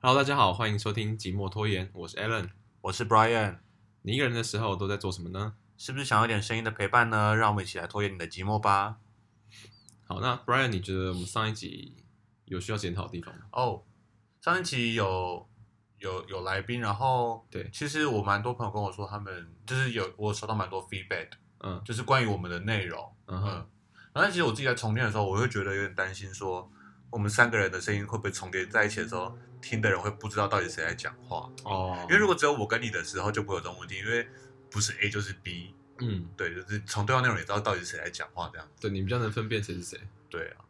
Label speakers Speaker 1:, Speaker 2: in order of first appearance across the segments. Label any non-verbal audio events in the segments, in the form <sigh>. Speaker 1: Hello，大家好，欢迎收听《寂寞拖延》，我是 Alan。
Speaker 2: 我是 Brian，
Speaker 1: 你一个人的时候都在做什么呢？
Speaker 2: 是不是想要一点声音的陪伴呢？让我们一起来拖延你的寂寞吧。
Speaker 1: 好，那 Brian，你觉得我们上一集有需要检讨的地方吗？
Speaker 2: 哦、上一期有有有来宾，然后
Speaker 1: 对
Speaker 2: 其实我蛮多朋友跟我说，他们就是有我有收到蛮多 feedback，
Speaker 1: 嗯
Speaker 2: 就是关于我们的内容，
Speaker 1: 嗯
Speaker 2: 嗯
Speaker 1: 哼，
Speaker 2: 然后其实我自己在重练的时候，我会觉得有点担心说，我们三个人的声音会不会重叠在一起的时候，听的人会不知道到底谁在讲话，
Speaker 1: 哦，
Speaker 2: 因为如果只有我跟你的时候，就不会有这种问题，因为不是 A 就是 B，
Speaker 1: 嗯，
Speaker 2: 对，就是从对话内容也知道到底谁在讲话这样子，
Speaker 1: 对你比较能分辨谁是谁，
Speaker 2: 对啊，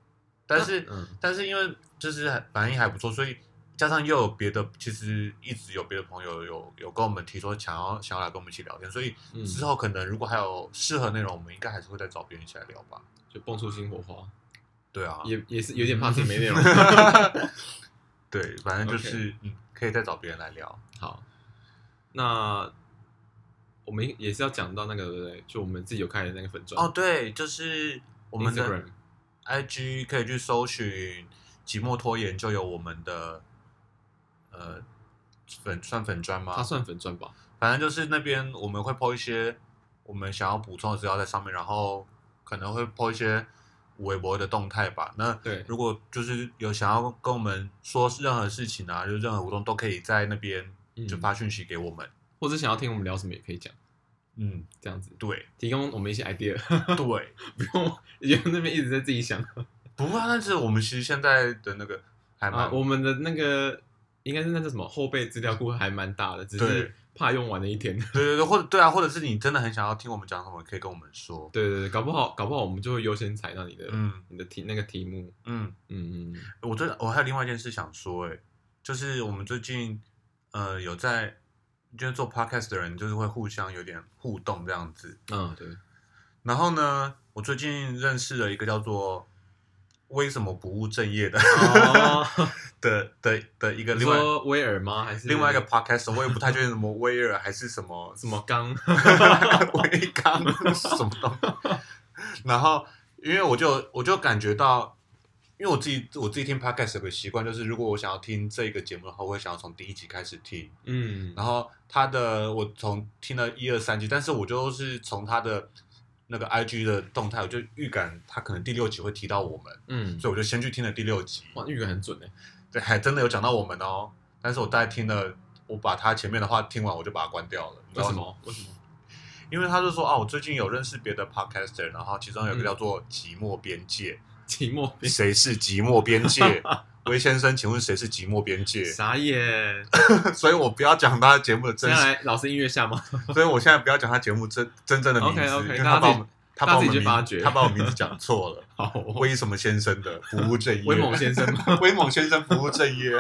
Speaker 2: 但是。
Speaker 1: 嗯
Speaker 2: 但是因为就是反应还不错，所以加上又有别的，其实一直有别的朋友有有跟我们提说想要想要来跟我们一起聊天，所以
Speaker 1: 嗯，
Speaker 2: 之后可能如果还有适合内容，我们应该还是会再找别人一起来聊吧。
Speaker 1: 就蹦出新火花，
Speaker 2: 对啊，
Speaker 1: 也也是有点怕自己没内
Speaker 2: <laughs>
Speaker 1: 容。
Speaker 2: 对，反正就是嗯，可以再找别人来聊。
Speaker 1: 好，那我们也是要讲到那个，对不对？就我们自己有开的那个粉钻
Speaker 2: 哦，，对，就是我们的
Speaker 1: Instagram
Speaker 2: IG 可以去搜寻“寂寞拖延”，就有我们的呃粉算粉砖吗？
Speaker 1: 它算粉钻吧？
Speaker 2: 反正就是那边我们会 po 一些我们想要补充的资料在上面，然后可能会 po 一些微博的动态吧。那
Speaker 1: 对，
Speaker 2: 如果就是有想要跟我们说任何事情啊，就是任何活动都可以在那边
Speaker 1: 嗯
Speaker 2: 就发讯息给我们。
Speaker 1: 或者想要听我们聊什么也可以讲，
Speaker 2: 嗯，
Speaker 1: 这样子
Speaker 2: 对
Speaker 1: 提供我们一些 idea， <laughs>
Speaker 2: 对，
Speaker 1: 不用 <laughs> 因为那边一直在自己想。
Speaker 2: 不过啊但是我们其实现在的那个还蛮、
Speaker 1: 啊，我们的那个应该是那叫什么后备资料库还蛮大的，只是
Speaker 2: 对
Speaker 1: 怕用完了一天。 <laughs>
Speaker 2: 对对对，或者对啊，或者是你真的很想要听我们讲什么，可以跟我们说。
Speaker 1: 对对对，搞不好搞不好我们就会优先采纳你的、
Speaker 2: 嗯
Speaker 1: 你的题那个题目。
Speaker 2: 嗯。
Speaker 1: 嗯嗯嗯，
Speaker 2: 我最我还有另外一件事想说、欸，就是我们最近呃有在就是做 podcast 的人，就是会互相有点互动这样子。
Speaker 1: 嗯对，
Speaker 2: 然后呢，我最近认识了一个叫做“为什么不务正业的” <laughs>
Speaker 1: 哦， <laughs>
Speaker 2: 的的的一个
Speaker 1: 你
Speaker 2: 另外
Speaker 1: 说威尔吗？还是
Speaker 2: 另外一个 podcast，我也不太确定什么 <laughs> 威尔还是什么
Speaker 1: 什么刚？ <laughs>
Speaker 2: <laughs> 威刚什么东西。然后，因为我就我就感觉到，因为我自己我自己听 podcast 有个习惯，就是如果我想要听这个节目的话，我会想要从第一集开始听。
Speaker 1: 嗯
Speaker 2: 然后他的我从听了一二三集，但是我就是从他的那个 IG 的动态，我就预感他可能第六集会提到我们，
Speaker 1: 嗯，
Speaker 2: 所以我就先去听了第六集。
Speaker 1: 哇，预感很准哎。
Speaker 2: 对，还真的有讲到我们哦。但是我大概听了，我把他前面的话听完，我就把它关掉了。你知
Speaker 1: 为
Speaker 2: 道
Speaker 1: 什么？为什么？
Speaker 2: 因为他就说啊，我最近有认识别的 podcaster，然后其中
Speaker 1: 嗯
Speaker 2: 有一个叫做《寂寞
Speaker 1: <laughs>
Speaker 2: 边界
Speaker 1: 寂寞》，边
Speaker 2: 谁是寂寞
Speaker 1: <laughs>
Speaker 2: 边界？魏先生，请问谁是寂寞边界？
Speaker 1: 傻眼。
Speaker 2: 所以我不要讲他节目的
Speaker 1: 接
Speaker 2: 真
Speaker 1: 下
Speaker 2: 实，
Speaker 1: 来老师音乐下吗？ <laughs>
Speaker 2: 所以我现在不要讲他节目真真正的名字
Speaker 1: OK，OK，
Speaker 2: 因为他把我们他把我
Speaker 1: 大家自己
Speaker 2: 们
Speaker 1: 去
Speaker 2: 名
Speaker 1: 发掘
Speaker 2: 他把我名字讲错
Speaker 1: <laughs>
Speaker 2: 了，
Speaker 1: 好，威
Speaker 2: 威什么先生的不务正业，
Speaker 1: 威猛先生吗？
Speaker 2: 威猛先生不务正
Speaker 1: <laughs>
Speaker 2: 业。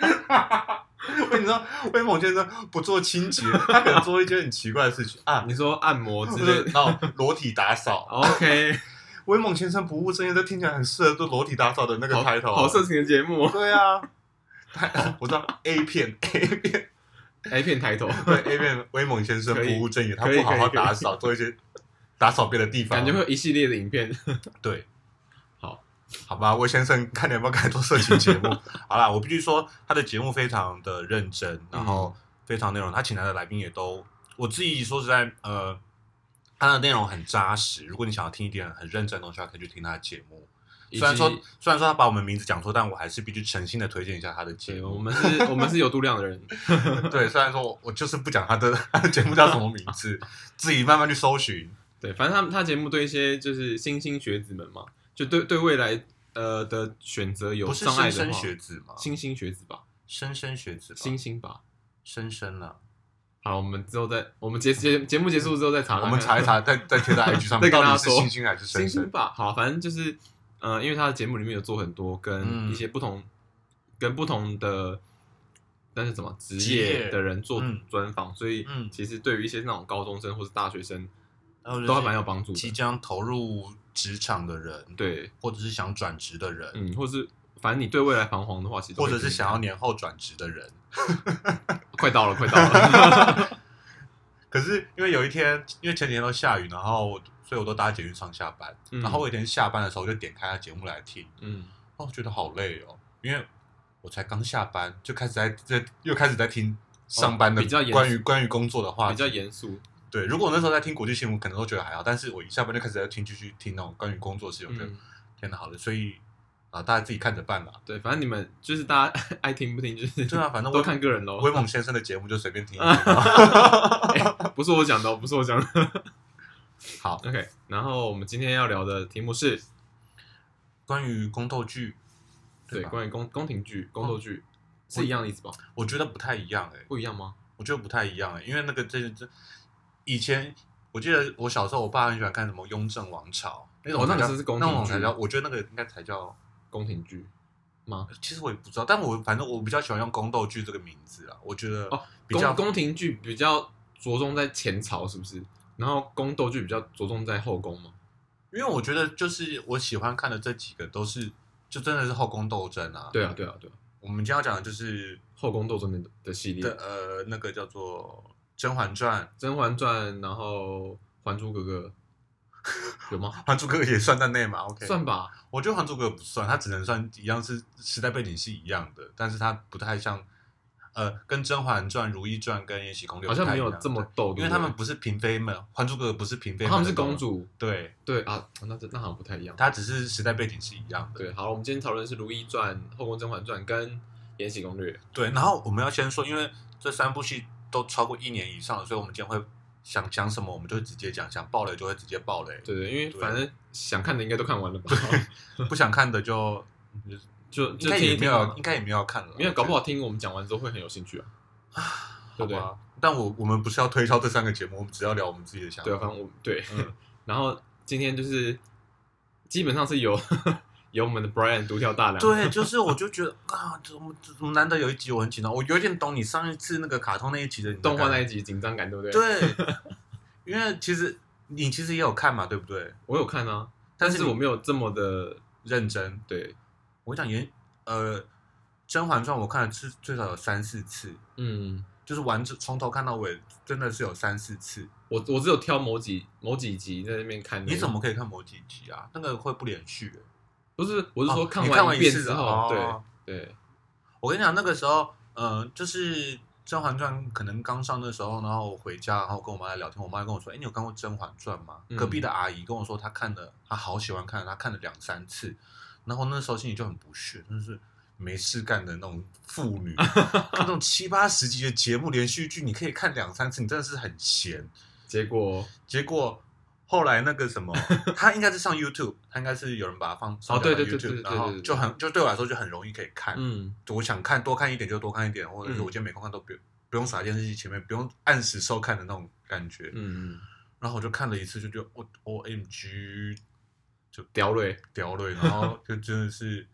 Speaker 2: 我跟你说，威猛先生不做清洁，他可能做一些很奇怪的事情啊，
Speaker 1: 你说按摩之
Speaker 2: 就
Speaker 1: 类
Speaker 2: 是
Speaker 1: 的
Speaker 2: <laughs>
Speaker 1: 哦
Speaker 2: 那种裸体打扫。
Speaker 1: ？OK，
Speaker 2: <laughs> 威猛先生不务正业，这听起来很适合做裸体打扫的那个啊
Speaker 1: 好
Speaker 2: 开头。
Speaker 1: 好色情的节目哦
Speaker 2: 对啊，他我知道 A 片 A 片
Speaker 1: ，A 片抬头，
Speaker 2: 对 A 片，威猛先生
Speaker 1: 可以
Speaker 2: 不务正业，他
Speaker 1: 可以
Speaker 2: 不好好
Speaker 1: 可以
Speaker 2: 打扫，做一些打扫别的地方，
Speaker 1: 感觉会有一系列的影片。
Speaker 2: 对，
Speaker 1: 好，
Speaker 2: 好吧，魏先生，看你有没有看做色情节目。好啦，我必须说他的节目非常的认真，然
Speaker 1: 嗯
Speaker 2: 后非常内容，他请来的来宾也都，我自己说实在，呃，他的内容很扎实。如果你想要听一点很认真的东西，可以去听他的节目。
Speaker 1: 以及
Speaker 2: 虽然说，虽然说他把我们名字讲错，但我还是必须诚心的推荐一下他的节
Speaker 1: 对，我
Speaker 2: 目。
Speaker 1: 们
Speaker 2: <laughs>
Speaker 1: 是，我们是有度量的人。
Speaker 2: 对，虽然说我我就是不讲他的他的节目叫什么名字，自己慢慢去搜寻。
Speaker 1: 对，反正他们他节目对一些就是新兴学子们嘛，就对对未来呃的选择有
Speaker 2: 不是
Speaker 1: 障碍
Speaker 2: 莘
Speaker 1: 的话，
Speaker 2: 莘学子啊吗？
Speaker 1: 新兴学子吧，
Speaker 2: 莘莘学子吧，
Speaker 1: 新兴吧。
Speaker 2: 莘莘了。
Speaker 1: 好，我们之后再，我们节节节目结束之后再查看看，
Speaker 2: 我们查
Speaker 1: <laughs>
Speaker 2: 一查，再再贴在 IG 上
Speaker 1: 再跟
Speaker 2: 面，到
Speaker 1: 大家
Speaker 2: 底是
Speaker 1: 说
Speaker 2: 星星还是
Speaker 1: 新
Speaker 2: 深
Speaker 1: 兴
Speaker 2: 深？
Speaker 1: 吧。好，反正就是呃，因为他的节目里面有做很多跟
Speaker 2: 嗯
Speaker 1: 一些不同、跟不同的。但是怎么职
Speaker 2: 职
Speaker 1: 业
Speaker 2: 业
Speaker 1: 的人做
Speaker 2: 嗯
Speaker 1: 专访，所以
Speaker 2: 嗯
Speaker 1: 其实对于一些那种高中生或是大学生
Speaker 2: 然后就是
Speaker 1: 都还蛮有帮助
Speaker 2: 哦即
Speaker 1: 的。
Speaker 2: 将投入职场的人，，
Speaker 1: 对，
Speaker 2: 或者是想转职的人，
Speaker 1: 嗯，或是反正你对未来彷徨的话，其实都
Speaker 2: 或
Speaker 1: 可以
Speaker 2: 者是
Speaker 1: 听
Speaker 2: 想要年后转职的人。
Speaker 1: 快到了，快到了。
Speaker 2: <laughs>
Speaker 1: <laughs>
Speaker 2: 可是因为有一天，因为前几天都下雨，然后我所以我都搭捷运上下班。
Speaker 1: 嗯
Speaker 2: 然后我有一天下班的时候，我就点开他节目来听，
Speaker 1: 嗯，
Speaker 2: 哦，觉得好累哦。因为我才刚下班就开始在在又开始在听上班的
Speaker 1: 哦比较严
Speaker 2: 关于、关于工作的话
Speaker 1: 比
Speaker 2: 题
Speaker 1: 较严肃，
Speaker 2: 对，如果我那时候在听国际新闻，可能都觉得还好，但是我一下班就开始在听，继续听那种关于工作的事情，我觉得、
Speaker 1: 嗯，
Speaker 2: 天哪，好的，所以啊，大家自己看着办啦。
Speaker 1: 对，反正你们就是大家 <laughs> 爱听不听，就是
Speaker 2: 对啊，反正
Speaker 1: <laughs> 都
Speaker 2: 我
Speaker 1: 看个哦人喽。
Speaker 2: 威猛先生的节目就随
Speaker 1: <laughs>
Speaker 2: 便听一听。
Speaker 1: 哎 <laughs> 不是我讲的哦，不是我讲的。
Speaker 2: 好，
Speaker 1: OK，然后我们今天要聊的题目是
Speaker 2: 关于宫斗剧，
Speaker 1: 对
Speaker 2: 吧哦
Speaker 1: 关于宫宫廷剧、宫斗剧是一样的意思吧？
Speaker 2: 我觉得不太一样哎、
Speaker 1: 不一样吗？
Speaker 2: 我觉得不太一样哎、因为那个这这以前我记得我小时候，我爸很喜欢看什么《雍正王朝》那种
Speaker 1: 哦
Speaker 2: 才
Speaker 1: 那
Speaker 2: 叫，
Speaker 1: 个是宫
Speaker 2: 那
Speaker 1: 廷
Speaker 2: 种才
Speaker 1: 剧
Speaker 2: 叫，我觉得那个应该才叫。
Speaker 1: 宫廷剧吗？
Speaker 2: 其实我也不知道，但我反正我比较喜欢用宫斗剧这个名字啊，我觉得
Speaker 1: 哦
Speaker 2: 比较
Speaker 1: 宫宫廷剧比较着重在前朝，是不是？然后宫斗剧比较着重在后宫吗？
Speaker 2: 因为我觉得就是我喜欢看的这几个都是，就真的是后宫斗争啊。，
Speaker 1: 对啊，对啊，对啊，
Speaker 2: 我们今天要讲的就是
Speaker 1: 后宫斗争的的系列，
Speaker 2: 的
Speaker 1: 《
Speaker 2: 呃那个叫做《甄嬛传》， <laughs>
Speaker 1: 甄嬛传》，然后《还珠格格》有吗？
Speaker 2: 《还珠格格》也算在内嘛？OK，
Speaker 1: 算吧，
Speaker 2: 我觉得《还珠格格》不算，它只能算一样是时代背景是一样的，但是它不太像呃跟《甄嬛传》《如懿传》跟《延禧攻略》
Speaker 1: 好像没有
Speaker 2: 不太一样
Speaker 1: 这么斗，对
Speaker 2: 对因为
Speaker 1: 不对
Speaker 2: 他们不是嫔妃们，《还珠格格》不是嫔妃
Speaker 1: 哦
Speaker 2: 们，
Speaker 1: 他们是公，主，
Speaker 2: 对，
Speaker 1: 对啊，那这那好像不太一样。
Speaker 2: 它只是时代背景是一样的。
Speaker 1: 对，好，我们今天讨论的是《如懿传》《后宫甄嬛传》跟《延禧攻略》。
Speaker 2: 对，然后我们要先说，因为这三部戏都超过一年以上了，所以我们今天会想讲什么，我们就直接讲；想爆雷就会直接爆雷，
Speaker 1: 对对，因为
Speaker 2: 对
Speaker 1: 反正想看的应该都看
Speaker 2: <laughs>
Speaker 1: 完了吧？
Speaker 2: 不想看
Speaker 1: <laughs>
Speaker 2: 的就
Speaker 1: 就
Speaker 2: 应
Speaker 1: 就
Speaker 2: 该
Speaker 1: 听
Speaker 2: 也
Speaker 1: 一
Speaker 2: 没
Speaker 1: 听
Speaker 2: 有
Speaker 1: 嘛，，
Speaker 2: 应该也没有要看了，啊
Speaker 1: 没有，搞不
Speaker 2: 好
Speaker 1: 好听我们讲完之后会很有兴趣啊。对
Speaker 2: 好
Speaker 1: 不对？
Speaker 2: 吧。但我我们不是要推销这三个节目，我们只要聊我们自己的想法。
Speaker 1: 对啊，反正我对
Speaker 2: 嗯，
Speaker 1: 然后今天就是基本上是由 <laughs> 由我们的 Brian 独挑大梁。
Speaker 2: 对，啊就是我就觉得啊，怎么怎么难得有一集我很紧张，我有点懂你上一次那个卡通那一集的你的
Speaker 1: 动画那
Speaker 2: 感
Speaker 1: 一集紧张感，对不对？
Speaker 2: 觉，，对，因为其实你其实也有看嘛，对不对？
Speaker 1: 我有看啊，
Speaker 2: 但
Speaker 1: 但
Speaker 2: 是
Speaker 1: 是
Speaker 2: 你
Speaker 1: 我没有这么的
Speaker 2: 认真，
Speaker 1: 对，
Speaker 2: 我讲演呃《甄嬛传》，我看了次最少有三四次，
Speaker 1: 嗯，
Speaker 2: 就是完整从头看到尾，真的是有三四次。
Speaker 1: 我我只有挑某几某几集在那边看。
Speaker 2: 你怎？么可以看某几集啊？那个会不连续欸、
Speaker 1: 不是，我是说
Speaker 2: 哦你看
Speaker 1: 完
Speaker 2: 一
Speaker 1: 遍
Speaker 2: 次
Speaker 1: 之
Speaker 2: 啊
Speaker 1: 后，
Speaker 2: 哦
Speaker 1: 对对，
Speaker 2: 我跟你讲，那个时候，呃，就是《甄嬛传》可能刚上的时候，然后我回家，然后跟我妈在聊天，我妈就跟我说：“哎、你有看过《甄嬛传》吗？”
Speaker 1: 嗯
Speaker 2: 隔壁的阿姨跟我说，她看了，她好喜欢看，她看了两三次。然后那时候心里就很不屑，真的是没事干的那种妇
Speaker 1: <laughs>
Speaker 2: 女，那种七八十集的节目连续剧，你可以看两三次，你真的是很闲。
Speaker 1: 结果
Speaker 2: 结果后来那个什么，他应该是上 YouTube，他应该是有人把它放上
Speaker 1: 哦对对
Speaker 2: 到
Speaker 1: 对对
Speaker 2: YouTube，
Speaker 1: 对对
Speaker 2: 然后
Speaker 1: 对对
Speaker 2: 就很就对我来说就很容易可以看。
Speaker 1: 嗯，
Speaker 2: 我想看多看一点就多看一点，或者是
Speaker 1: 嗯
Speaker 2: 我今天没空看都不用不用耍电视机前面，不用按时收看的那种感觉。
Speaker 1: 嗯，
Speaker 2: 然后我就看了一次，就觉得我 O M G 就
Speaker 1: 屌蕊，
Speaker 2: 屌了，然
Speaker 1: <laughs>
Speaker 2: 后就真的是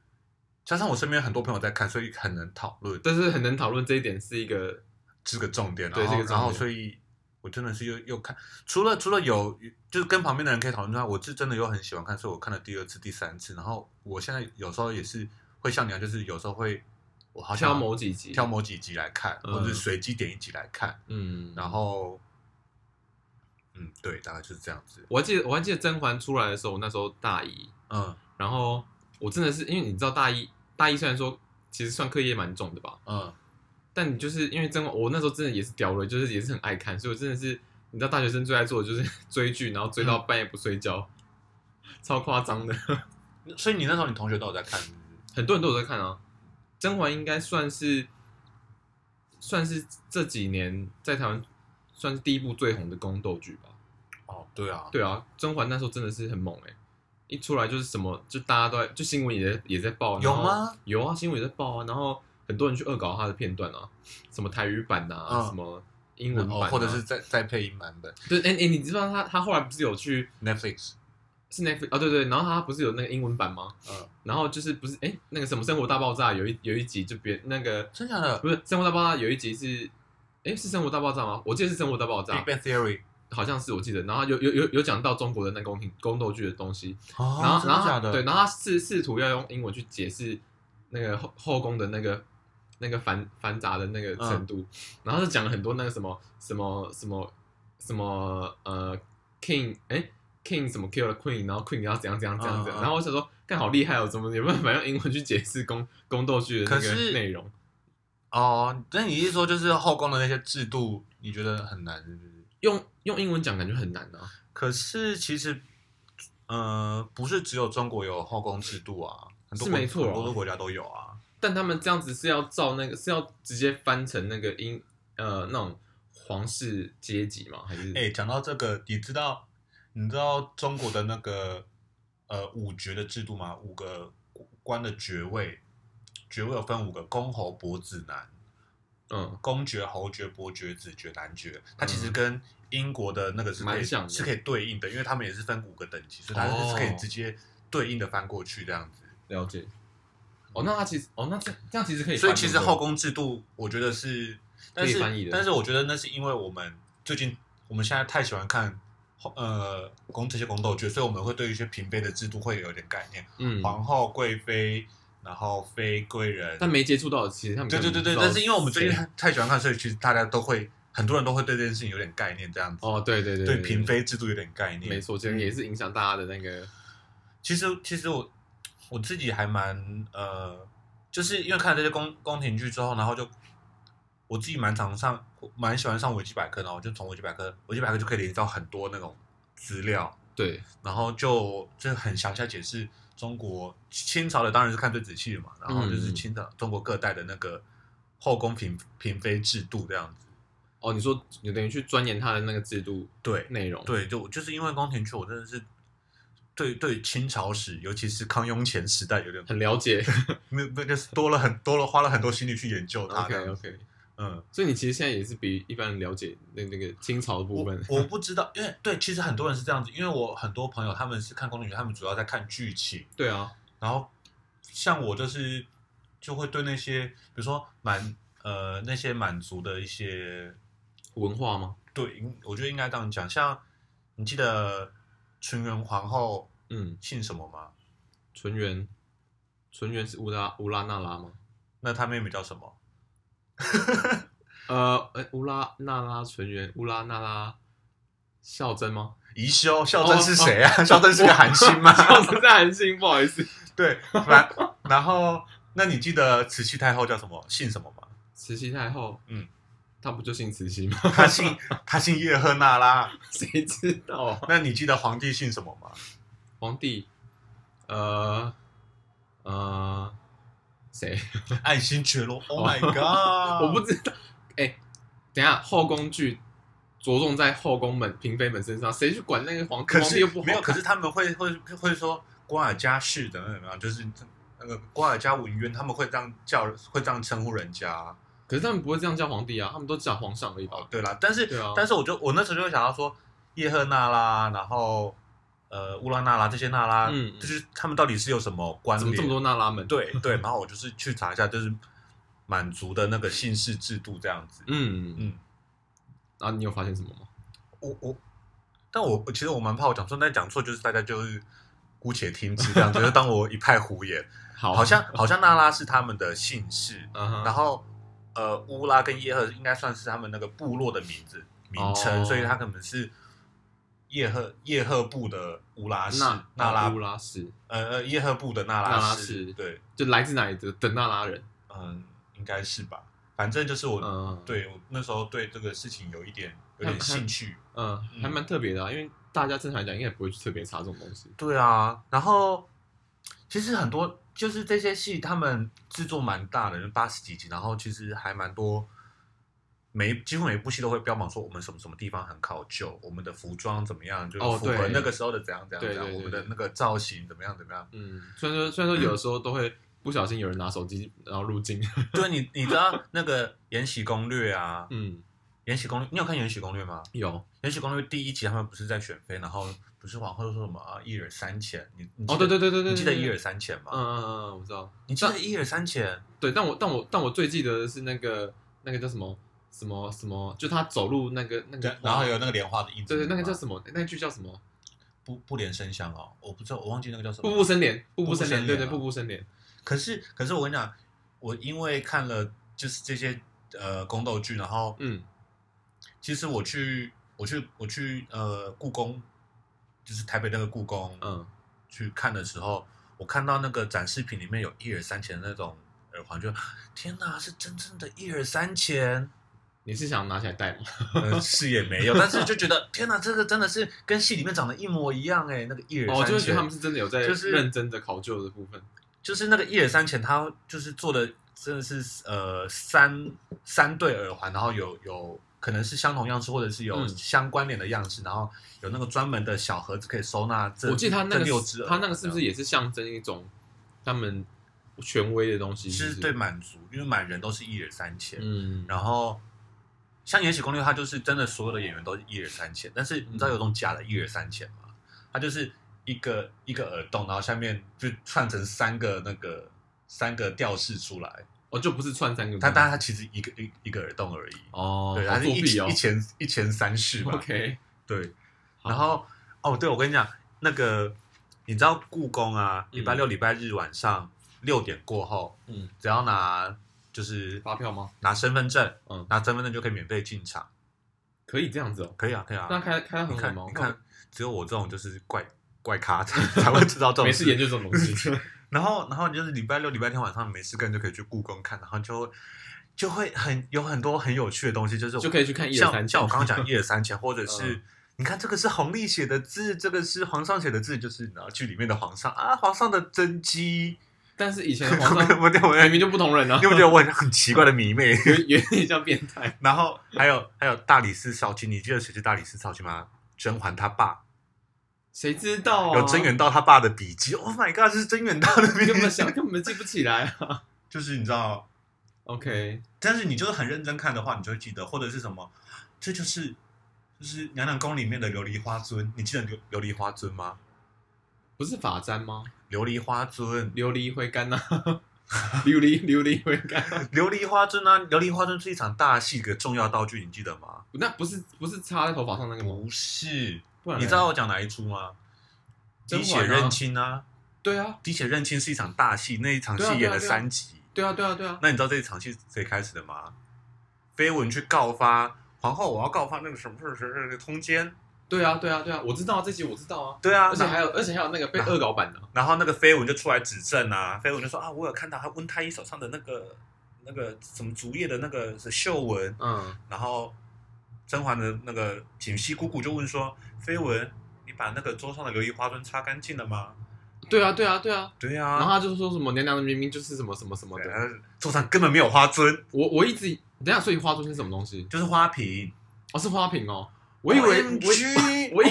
Speaker 2: 加上我身边很多朋友在看，所以很能讨论，
Speaker 1: 但是很能讨论这一点是一个，
Speaker 2: 这个重点。
Speaker 1: 对
Speaker 2: 然后
Speaker 1: 这个重点
Speaker 2: 然后所以。我真的是又又看，除了除了有就是跟旁边的人可以讨论之外，我是真的又很喜欢看，所以我看了第二次、第三次。然后我现在有时候也是会像你一样，就是有时候会我好像
Speaker 1: 挑某几集，
Speaker 2: 挑某几集来看，
Speaker 1: 嗯
Speaker 2: 或者是随机点一集来看，
Speaker 1: 嗯，
Speaker 2: 然后，嗯，对，大概就是这样子。
Speaker 1: 我还记得我还记得甄嬛出来的时候，我那时候大一，
Speaker 2: 嗯
Speaker 1: 然后我真的是因为你知道大一大一虽然说其实算课业蛮重的吧，
Speaker 2: 嗯，
Speaker 1: 但你就是因为甄嬛，我那时候真的也是屌了，就是也是很爱看，所以我真的是你知道大学生最爱做的就是 <laughs> 追剧，然后追到半夜不睡觉， <laughs> 超夸张的，
Speaker 2: 所以你那时候你同学都有在看，是不是
Speaker 1: 很多人都有在看啊。甄嬛应该算是算是这几年在台湾算是第一部最红的宫斗剧吧。
Speaker 2: 哦，对啊，
Speaker 1: 对啊，甄嬛那时候真的是很猛哎、一出来就是什么，就大家都在，就新闻也在也在报，
Speaker 2: 有
Speaker 1: 然后
Speaker 2: 吗？
Speaker 1: 有啊，新闻也在报啊，然后很多人去恶搞她的片段啊，什么台语版啊，
Speaker 2: 嗯
Speaker 1: 什么英文版、
Speaker 2: 哦
Speaker 1: 啊，
Speaker 2: 或者是再再配音版本
Speaker 1: 对，哎、哎、你知道她她后来不是有去
Speaker 2: Netflix，
Speaker 1: 是 Netflix 啊，对对，然后她不是有那个英文版吗？
Speaker 2: 嗯，
Speaker 1: 然后就是不是哎、那个什么生活大爆炸有一有一集就别那个
Speaker 2: 真假的
Speaker 1: 不是生活大爆炸有一集是哎、是生活大爆炸吗？我记得是生活大爆
Speaker 2: ？Big
Speaker 1: 炸，
Speaker 2: Bang Theory，
Speaker 1: 好像是我记得，然后有有有有讲到中国的那宫廷宫斗剧的东西。
Speaker 2: 哦
Speaker 1: 然后，
Speaker 2: 真
Speaker 1: 然
Speaker 2: 的
Speaker 1: 后
Speaker 2: 假
Speaker 1: 他
Speaker 2: 的？
Speaker 1: 对，然后他试试图要用英文去解释那个后后宫的那个那个繁繁杂的那个
Speaker 2: 嗯
Speaker 1: 程度，然后就讲了很多那个什么什么什么什么呃 king 哎 king 什么 kill the queen，然后 queen 要怎样怎样怎样怎样，
Speaker 2: 嗯嗯
Speaker 1: 然后我想说干好厉害哦，怎么有办法用英文去解释宫宫斗剧的那
Speaker 2: 可
Speaker 1: 个
Speaker 2: 是
Speaker 1: 内容？
Speaker 2: 哦，那你是说就是后宫的那些制度，你觉得很难，是不是？
Speaker 1: 用用英文讲感觉很难啊。
Speaker 2: 可是其实，呃，不是只有中国有后宫制度啊，很多
Speaker 1: 是
Speaker 2: 国
Speaker 1: 没错
Speaker 2: 很
Speaker 1: 啊
Speaker 2: 多多国家都有啊。
Speaker 1: 但他们这样子是要照那个是要直接翻成那个英呃那种皇室阶级吗？还是
Speaker 2: 哎、讲到这个，你知道你知道中国的那个呃五爵的制度吗？五个官的爵位，爵位有分五个：公、侯、伯、子、男。
Speaker 1: 嗯
Speaker 2: 公爵、侯爵、伯爵、子爵、男爵，它其实跟英国的那个是可以
Speaker 1: 蛮像的
Speaker 2: 是可以对应的，因为他们也是分五个等级，所以它是可以
Speaker 1: 哦
Speaker 2: 直接对应的翻过去这样子。
Speaker 1: 了解？哦，那他其实哦那这这样其实可以
Speaker 2: 所
Speaker 1: 翻译
Speaker 2: 以
Speaker 1: 的，
Speaker 2: 其实后宫制度，我觉得是，但
Speaker 1: 可
Speaker 2: 是
Speaker 1: 以翻译的
Speaker 2: 但是我觉得那是因为我们最近我们现在太喜欢看后呃宫这些宫斗剧，所以我们会对一些嫔妃的制度会有点概念，
Speaker 1: 嗯，
Speaker 2: 皇后、贵妃，然后妃贵人，
Speaker 1: 但没接触到的，其实他们
Speaker 2: 对对
Speaker 1: 根
Speaker 2: 对
Speaker 1: 本
Speaker 2: 对，
Speaker 1: 不知道
Speaker 2: 但是因为我们最
Speaker 1: 谁
Speaker 2: 近太太喜欢看，所以其实大家都会，很多人都会对这件事情有点概念，这样子。
Speaker 1: 哦对对对
Speaker 2: 对嫔妃制度有点概念。
Speaker 1: 没错，这个也是影响大家的那个
Speaker 2: 其实其实我我自己还蛮呃，就是因为看了这些宫宫廷剧之后，然后就我自己蛮常上，蛮喜欢上维基百科，然后我就从维基百科，维基百科就可以连接到很多那种资料，
Speaker 1: 对
Speaker 2: 然后就就很详细地解释中国清朝的当然是看最仔细的嘛，然后就是
Speaker 1: 嗯
Speaker 2: 清朝中国各代的那个后宫嫔嫔妃制度这样子。
Speaker 1: 哦，你说你等于去钻研他的那个制度
Speaker 2: 对，
Speaker 1: 内容，
Speaker 2: 对，就就是因为宫廷剧，我真的是对对清朝史，尤其是康雍乾时代，有点
Speaker 1: 很了解。
Speaker 2: 没有没有就是多了很多了，花了很多心力去研究它
Speaker 1: OK
Speaker 2: 的。
Speaker 1: OK，
Speaker 2: 嗯，
Speaker 1: 所以你其实现在也是比一般人了解那那个清朝的部
Speaker 2: 我
Speaker 1: 分，
Speaker 2: 我不知道，因为对，其实很多人是这样子，因为我很多朋友他们是看宫廷剧，他们主要在看剧情，
Speaker 1: 对啊，
Speaker 2: 然后像我就是就会对那些比如说满呃那些满族的一些
Speaker 1: 文化吗？
Speaker 2: 对，应我觉得应该这样讲，像你记得纯元皇后
Speaker 1: 嗯，
Speaker 2: 姓什么吗？
Speaker 1: 纯元，纯元是乌拉乌拉那拉吗？
Speaker 2: 那她妹妹叫什么？
Speaker 1: 呃，哎，乌拉那拉纯元，乌拉那拉孝贞吗？
Speaker 2: 宜修，孝真是谁啊？孝真是个韩星吗？
Speaker 1: 哦 <laughs> 孝贞在韩信，不好意思，
Speaker 2: 对，然 <laughs> 然后，那你记得慈禧太后叫什么姓什么吗？
Speaker 1: 慈禧太后，
Speaker 2: 嗯，
Speaker 1: 她不就姓慈禧吗？
Speaker 2: 她姓她姓叶赫那拉。
Speaker 1: <laughs> 谁知道啊？
Speaker 2: 那你记得皇帝姓什么吗？
Speaker 1: 皇帝，呃呃，谁？
Speaker 2: 爱新觉罗。Oh my
Speaker 1: <laughs>
Speaker 2: god！
Speaker 1: 我不知道。哎、等一下后宫剧着重在后宫们、嫔妃们身上，谁去管那个皇
Speaker 2: 可
Speaker 1: 皇帝
Speaker 2: 是
Speaker 1: 又不好
Speaker 2: 没有，
Speaker 1: 看？
Speaker 2: 可是他们会会会说瓜尔佳氏等等怎么样，啊就是那个瓜尔佳文渊，他们会这样叫，会这样称呼人家、
Speaker 1: 可是他们不会这样叫皇帝啊，他们都叫皇上而已吧
Speaker 2: 哦，？对啦，但是、
Speaker 1: 对啊
Speaker 2: 但是我就我那时候就会想到说，叶赫那拉，然后呃乌拉那拉这些那拉，
Speaker 1: 嗯嗯
Speaker 2: 就是他们到底是有什么关
Speaker 1: 怎么
Speaker 2: 联？
Speaker 1: 这么多那拉们？，
Speaker 2: 对对，然后我就是去查一下，就是满族的那个姓氏制度这样子。
Speaker 1: 嗯，
Speaker 2: 嗯，
Speaker 1: 啊，你有发现什么吗？
Speaker 2: 我我，但我我其实我蛮怕我讲错，但讲错就是大家就是姑且听之这样子，就当我一派胡言。
Speaker 1: 好，
Speaker 2: 好像好像那拉是他们的姓氏，
Speaker 1: 嗯哼，
Speaker 2: 然后呃，乌拉跟叶赫应该算是他们那个部落的名字名称，
Speaker 1: 哦
Speaker 2: 所以他可能是叶赫叶赫部的乌拉氏
Speaker 1: 那
Speaker 2: 那拉
Speaker 1: 乌拉氏
Speaker 2: 呃呃叶赫部的
Speaker 1: 那
Speaker 2: 那拉
Speaker 1: 拉
Speaker 2: 氏，
Speaker 1: 氏
Speaker 2: 对，
Speaker 1: 就来自哪里的的那拉人？
Speaker 2: 嗯，应该是吧。反正就是我、
Speaker 1: 嗯，，
Speaker 2: 对我那时候对这个事情有一点有
Speaker 1: 他
Speaker 2: 点
Speaker 1: 他
Speaker 2: 兴趣。
Speaker 1: 嗯，还蛮特别的、啊，因为大家正常来讲应该也不会去特别查这种东西。
Speaker 2: 对啊，然后其实很多就是这些戏，他们制作蛮大的，就八十几集，然后其实还蛮多，每几乎每一部戏都会标榜说我们什么什么地方很考究，我们的服装怎么样，就是
Speaker 1: 哦
Speaker 2: 符合
Speaker 1: 对
Speaker 2: 那个时候的怎样怎样
Speaker 1: 对
Speaker 2: 怎样，
Speaker 1: 对对
Speaker 2: 我们的
Speaker 1: 对。
Speaker 2: 那个造型怎么样怎么样
Speaker 1: 嗯，虽然说虽然说有的时候都会不小心有人拿手机然后入镜，
Speaker 2: 对，你你知道那个《延禧攻略》啊，《
Speaker 1: <laughs> 嗯，
Speaker 2: 延禧攻略》，你有看《延禧攻略》吗？
Speaker 1: 有
Speaker 2: 《延禧攻略》第一集他们不是在选妃，然后不是皇后说什么啊一耳三钱，你你记
Speaker 1: 哦，
Speaker 2: 得
Speaker 1: 对对对对对，
Speaker 2: 你记得
Speaker 1: 对
Speaker 2: 一耳，三钱吗？
Speaker 1: 嗯嗯嗯嗯，我知道，
Speaker 2: 你记得一耳三钱？
Speaker 1: 对，但我但我但我最记得的是那个那个叫什么什么什么，就他走路那个那个花，
Speaker 2: 然后有那个莲花的印子
Speaker 1: 对
Speaker 2: 吗，
Speaker 1: 对，那个叫什么？那句叫什么？
Speaker 2: 不不连生香哦，我不知道，我忘记那个叫什么。
Speaker 1: 步步生莲，步步生
Speaker 2: 步步生莲
Speaker 1: 莲，对对，
Speaker 2: 啊
Speaker 1: 步步生莲。
Speaker 2: 可是可是我跟你讲，我因为看了就是这些呃宫斗剧，然后
Speaker 1: 嗯，
Speaker 2: 其实我去我去我去呃故宫，就是台北那个故宫，
Speaker 1: 嗯
Speaker 2: 去看的时候，我看到那个展示品里面有一耳三钱的那种耳环，就天哪，是真正的一耳三钱。
Speaker 1: 你是想拿起来戴吗？
Speaker 2: 呃，是也没有，但是就觉得天哪，这个真的是跟戏里面长得一模一样哎，那个一耳三
Speaker 1: 哦，
Speaker 2: 钱，
Speaker 1: 就是觉得他们是真的有在
Speaker 2: 就是
Speaker 1: 认真的考究的部分。
Speaker 2: 就是那个一耳三钱，他就是做的真的是呃三三对耳环，然后有有可能是相同样式，或者是有
Speaker 1: 嗯
Speaker 2: 相关联的样式，然后有那个专门的小盒子可以收纳这。
Speaker 1: 我记得他那
Speaker 2: 这
Speaker 1: 个
Speaker 2: 六
Speaker 1: 是
Speaker 2: 只耳
Speaker 1: 他
Speaker 2: 环
Speaker 1: 那个是不是也是象征一种他们权威的东西？
Speaker 2: 是
Speaker 1: 不
Speaker 2: 对，满族，因为满人都是一耳三钱，
Speaker 1: 嗯，
Speaker 2: 然后像《延禧攻略》，它就是真的所有的演员都是一耳三钱，但是
Speaker 1: 嗯
Speaker 2: 你知道有种假的一耳三钱吗？它就是一个一个耳洞，然后下面就串成三个那个三个吊饰出来，
Speaker 1: 哦，就不是串三个，
Speaker 2: 它但它其实一个一一个耳洞而已，
Speaker 1: 哦，
Speaker 2: 对，
Speaker 1: 好
Speaker 2: 它是
Speaker 1: 作
Speaker 2: 一
Speaker 1: 弊哦
Speaker 2: 一
Speaker 1: <laughs>
Speaker 2: 钱一钱三饰吧，
Speaker 1: ，OK，
Speaker 2: <laughs> 对，
Speaker 1: 好
Speaker 2: 然后哦，对我跟你讲，那个你知道故宫啊，礼拜
Speaker 1: 嗯
Speaker 2: 六、礼拜日晚上六点过后，
Speaker 1: 嗯，
Speaker 2: 只要拿就是
Speaker 1: 发票吗？
Speaker 2: 拿身份证，
Speaker 1: 嗯
Speaker 2: 拿身份证就可以免费进场，
Speaker 1: 可以这样子哦，
Speaker 2: 可以啊，可以啊。
Speaker 1: 那开开到
Speaker 2: 你
Speaker 1: 很晚
Speaker 2: 看
Speaker 1: 吗？，
Speaker 2: 你看，只有我这种就是怪怪咖才 <laughs> 才会知道这
Speaker 1: 我
Speaker 2: 种
Speaker 1: 没事研
Speaker 2: 事。
Speaker 1: 究这种
Speaker 2: <laughs>
Speaker 1: 东西，
Speaker 2: 然后，然后就是礼拜六、礼拜天晚上没事干就可以去故宫看，然后就就会很有很多很有趣的东西，就是
Speaker 1: 就可以去看一二
Speaker 2: 像
Speaker 1: 三
Speaker 2: 像
Speaker 1: 教
Speaker 2: 我刚
Speaker 1: <laughs>
Speaker 2: 刚讲一二三钱，或者是、
Speaker 1: 嗯
Speaker 2: 你看这个是弘历写的字，这个是皇上写的字，就是然后去里面的皇上啊，皇上的真迹，
Speaker 1: 但是以前 <laughs> 皇
Speaker 2: 我
Speaker 1: 上
Speaker 2: 我我
Speaker 1: <laughs> 明明就不同人啊
Speaker 2: 你，有没有觉得我很很奇怪的迷妹？ <laughs>
Speaker 1: 有有点像变态。
Speaker 2: 然后还有还有大理寺少卿，你记得谁是大理寺少卿吗？甄嬛她爸
Speaker 1: 谁知道啊？
Speaker 2: 有甄远道他爸的笔记，Oh my god，这是甄远道的笔
Speaker 1: 根本
Speaker 2: 记， <laughs>
Speaker 1: 想根本记不起来啊。
Speaker 2: 就是你知道，
Speaker 1: OK，
Speaker 2: 但是你就是很认真看的话，你就会记得，或者是什么，这就是就是娘娘宫里面的琉璃花尊，你记得琉琉璃花尊吗？
Speaker 1: 不是法簪吗？
Speaker 2: 琉璃花尊，
Speaker 1: 琉璃灰干呐、啊 <laughs> 琉璃 <laughs> 琉璃灰干，
Speaker 2: 琉璃花尊啊，琉璃花尊是一场大戏的重要道具，你记得吗？
Speaker 1: 那不是不是插在头发上那个吗？
Speaker 2: 不是，
Speaker 1: 不然嘞
Speaker 2: 你知道我讲哪一出吗？
Speaker 1: 甄
Speaker 2: 滴
Speaker 1: 嬛啊
Speaker 2: 血认亲啊，
Speaker 1: 对啊，
Speaker 2: 滴血认亲是一场大戏，那一场
Speaker 1: 对啊对
Speaker 2: 戏
Speaker 1: 啊
Speaker 2: 演了
Speaker 1: 对啊
Speaker 2: 三集。
Speaker 1: 对啊，对啊，对啊，
Speaker 2: 那你知道这一场戏是谁开始的吗？绯闻去告发皇后，我要告发那个什么什么什么通奸。
Speaker 1: 对啊，对啊，对啊，我知道啊这集我知道啊，
Speaker 2: 对啊，
Speaker 1: 而且还
Speaker 2: 有，
Speaker 1: 有而且还有那个被恶搞版的，啊
Speaker 2: 然后那个绯闻就出来指证啊，绯闻就说啊，我有看到他温太医手上的那个那个什么竹叶的那个绣纹，
Speaker 1: 嗯，
Speaker 2: 然后甄嬛的那个锦汐姑姑就问说，绯闻，你把那个桌上的琉璃花樽擦干净了吗？
Speaker 1: 对啊，对啊，对啊，
Speaker 2: 对
Speaker 1: 然
Speaker 2: 啊，
Speaker 1: 后他就说什么娘娘的明明就是什么什么什么
Speaker 2: 对
Speaker 1: 的，
Speaker 2: 啊桌上根本没有花樽，
Speaker 1: 我我一直等一下，所以花烛是什么东西？
Speaker 2: 就是花瓶。
Speaker 1: 哦，是花瓶哦，我以为我以
Speaker 2: OMG
Speaker 1: 我以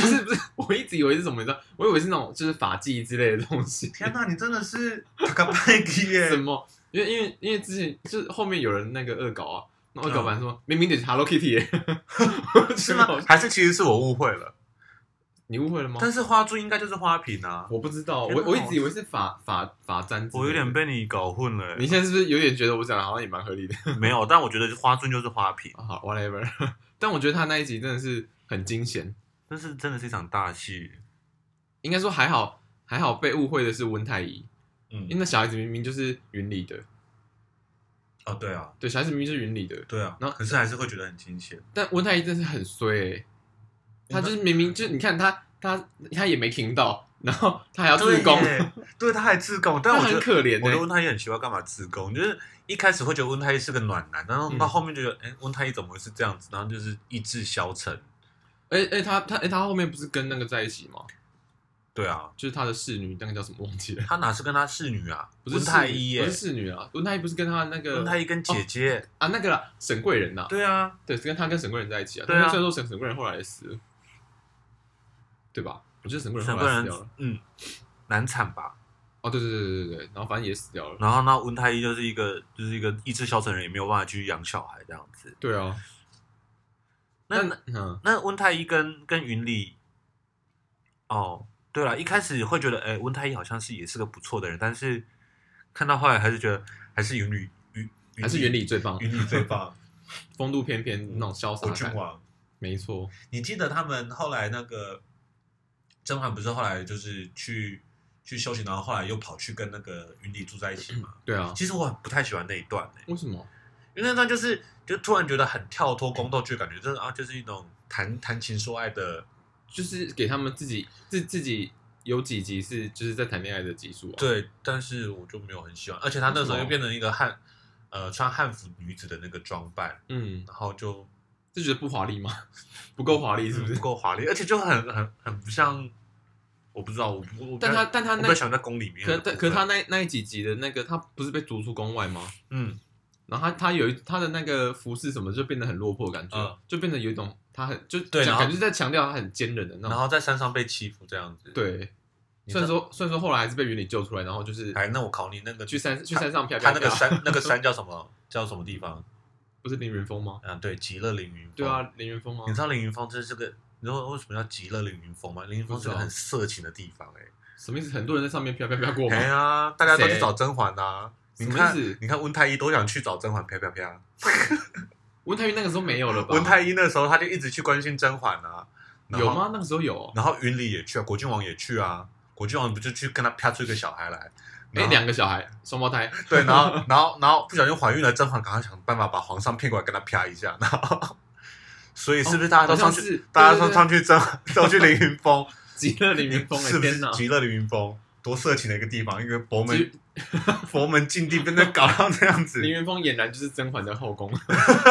Speaker 1: <laughs> 不是不是，我一直以为是什么你知道，我以为是那种就是法器之类的东西，
Speaker 2: 天哪，你真的是塔卡派基
Speaker 1: <laughs>
Speaker 2: 耶
Speaker 1: 什！么？因为因为因为之前就是后面有人那个恶搞啊，那
Speaker 2: 嗯
Speaker 1: 恶搞版说、明明得是 Hello Kitty，耶 <laughs>
Speaker 2: 是吗？还是其实是我误会了？
Speaker 1: 你误会了吗？
Speaker 2: 但是花樽应该就是花瓶啊，
Speaker 1: 我不知道，
Speaker 2: 天哪
Speaker 1: 我我一直以为是法法法簪之类的。
Speaker 2: 我有点被你搞混了
Speaker 1: 你
Speaker 2: 欸。
Speaker 1: 现在是不是有点觉得我讲的好像也蛮合理的？ <laughs>
Speaker 2: <laughs> 没有，但我觉得花樽就是花瓶，
Speaker 1: 好，whatever。但我 <laughs> 觉得他那一集真的是很惊险，
Speaker 2: 但是真的是一场大戏。
Speaker 1: 应该说还好还好被误会的是温太医，
Speaker 2: 嗯
Speaker 1: 因为那小孩子明明就是云里的，
Speaker 2: 哦，对啊，
Speaker 1: 对，小孩子明明就是云里的，
Speaker 2: 对啊，
Speaker 1: 然后
Speaker 2: 可是还是会觉得很亲切。
Speaker 1: 但温太医真的是很衰、欸，他就是明
Speaker 2: 嗯
Speaker 1: 明就你看他他他也没听到，然后他还要自宫，
Speaker 2: 对耶，对，他还自贡，但
Speaker 1: 他
Speaker 2: 我觉
Speaker 1: 很
Speaker 2: 得。
Speaker 1: 可怜
Speaker 2: 我
Speaker 1: 欸
Speaker 2: 觉得温太医很奇怪，干嘛自贡？就是一开始会觉得温太医是个暖男，然后
Speaker 1: 嗯
Speaker 2: 到后面就觉得，哎、温太医怎么会是这样子？然后就是意志消沉。
Speaker 1: 哎哎、欸他他哎、他后面不是跟那个在一起吗？
Speaker 2: 对啊，
Speaker 1: 就是他的侍女，那个叫什么忘记了？
Speaker 2: 他哪是跟他侍女啊？
Speaker 1: 不是
Speaker 2: 温
Speaker 1: 侍
Speaker 2: 太
Speaker 1: 女
Speaker 2: 医
Speaker 1: 不
Speaker 2: 耶
Speaker 1: 是，侍女啊，温太医不是跟他那个
Speaker 2: 温太医跟姐姐。
Speaker 1: 啊那个啦，沈贵人呐、
Speaker 2: 对啊，
Speaker 1: 对，是跟他跟沈贵人在一起啊。
Speaker 2: 对啊
Speaker 1: 但是虽然说沈沈贵人后来也死了，对吧？我觉得沈贵人
Speaker 2: 沈
Speaker 1: 后
Speaker 2: 贵
Speaker 1: 来死
Speaker 2: 人
Speaker 1: 掉了。
Speaker 2: 嗯难产吧。
Speaker 1: 哦，对对对对对对，然后反正也死掉了。
Speaker 2: 然后那温太医就是一个就是一个意志消沉的人，也没有办法继续养小孩这样子。
Speaker 1: 对啊，
Speaker 2: 那那
Speaker 1: 但嗯，
Speaker 2: 那温太医跟跟云里，哦，对了，一开始会觉得哎温太医好像是也是个不错的人，但是看到后来还是觉得还是云里云
Speaker 1: 还是原理最棒，
Speaker 2: 云里啊最 <laughs> 棒，
Speaker 1: 风度翩翩
Speaker 2: 嗯
Speaker 1: 那种潇洒感，
Speaker 2: 王。
Speaker 1: 没错。
Speaker 2: 你记得他们后来那个甄嬛不是后来就是去去休息，然后后来又跑去跟那个云里住在一起嘛？
Speaker 1: 对啊，
Speaker 2: 其实我很不太喜欢那一段、欸
Speaker 1: 为什么？
Speaker 2: 因为那段就是就突然觉得很跳脱宫斗剧的感觉，真的啊，就是一种谈谈情说爱的，
Speaker 1: 就是给他们自己自自己有几集是就是在谈恋爱的集数啊。，
Speaker 2: 对，但是我就没有很喜欢，而且她那时候又变成一个汉，呃，穿汉服女子的那个装扮，
Speaker 1: 嗯，
Speaker 2: 然后就嗯
Speaker 1: 就觉得不华丽吗？ <laughs> 不够华丽是不是
Speaker 2: 不？够华丽，而且就很很很不像，我不知道，我不，我不
Speaker 1: 但
Speaker 2: 太
Speaker 1: 他但他
Speaker 2: 我不
Speaker 1: 那
Speaker 2: 太喜欢在宫里面
Speaker 1: 可
Speaker 2: 的部
Speaker 1: 但
Speaker 2: 分，
Speaker 1: 可是他那那几集的那个他不是被逐出宫外吗？
Speaker 2: 嗯，
Speaker 1: 然后他他有一他的那个服饰什么就变得很落魄，感觉、
Speaker 2: 嗯
Speaker 1: 就变得有一种他很就
Speaker 2: 对
Speaker 1: 讲
Speaker 2: 然后
Speaker 1: 感觉是在强调他很坚韧的那
Speaker 2: 然
Speaker 1: 种。
Speaker 2: 后在山上被欺负这样子，，
Speaker 1: 对，虽然说虽然说后来还是被云里救出来，然后就是
Speaker 2: 哎，那我考你那个
Speaker 1: 去山去山上飘
Speaker 2: 他
Speaker 1: 飘
Speaker 2: 那
Speaker 1: 飘。<laughs>
Speaker 2: 个山那个山叫什么？叫什么地方？
Speaker 1: 不是凌云峰吗？
Speaker 2: 啊，对，极乐凌云峰。
Speaker 1: 对，啊，凌云峰啊
Speaker 2: 哦你，知道凌云峰这是个，你知道为什么叫极乐凌云峰吗？凌云峰是个
Speaker 1: 不知道
Speaker 2: 很色情的地方、欸
Speaker 1: 什么意思？很多人在上面飘飘飘过
Speaker 2: 哎，
Speaker 1: 吗？
Speaker 2: 哎呀，大家都去
Speaker 1: 谁
Speaker 2: 找甄嬛啊。你
Speaker 1: 什么
Speaker 2: 看
Speaker 1: 意思，
Speaker 2: 你看温太医都想去找甄嬛，啪啪啪。
Speaker 1: 文太云那个时候没有了吧？
Speaker 2: 温太医那时候他就一直去关心甄嬛啊，然后
Speaker 1: 有？吗？那个时候有哦，
Speaker 2: 然后云里也去啊，国郡王也去啊，国郡王不就去跟他啪出一个小孩来？
Speaker 1: 哎，
Speaker 2: 然后
Speaker 1: 两个小孩，双胞胎，
Speaker 2: 对，然后然后然后不小心怀孕了，甄嬛赶快想办法把皇上骗过来跟他啪一下，然后 <laughs> 所以是不是大家都上
Speaker 1: 哦好像是
Speaker 2: 去，
Speaker 1: 对
Speaker 2: 大家都
Speaker 1: 对对
Speaker 2: 上去甄嬛都去凌云峰，
Speaker 1: 极乐凌云峰，哎
Speaker 2: 是不
Speaker 1: 天
Speaker 2: 是
Speaker 1: 哪！
Speaker 2: 极乐凌云峰？多色情的一个地方，一个佛门
Speaker 1: 极
Speaker 2: <laughs> 佛门禁地，被那搞到这
Speaker 1: <laughs>
Speaker 2: 样子
Speaker 1: 凌，云峰俨然就是甄嬛的后
Speaker 2: <laughs>
Speaker 1: 宫，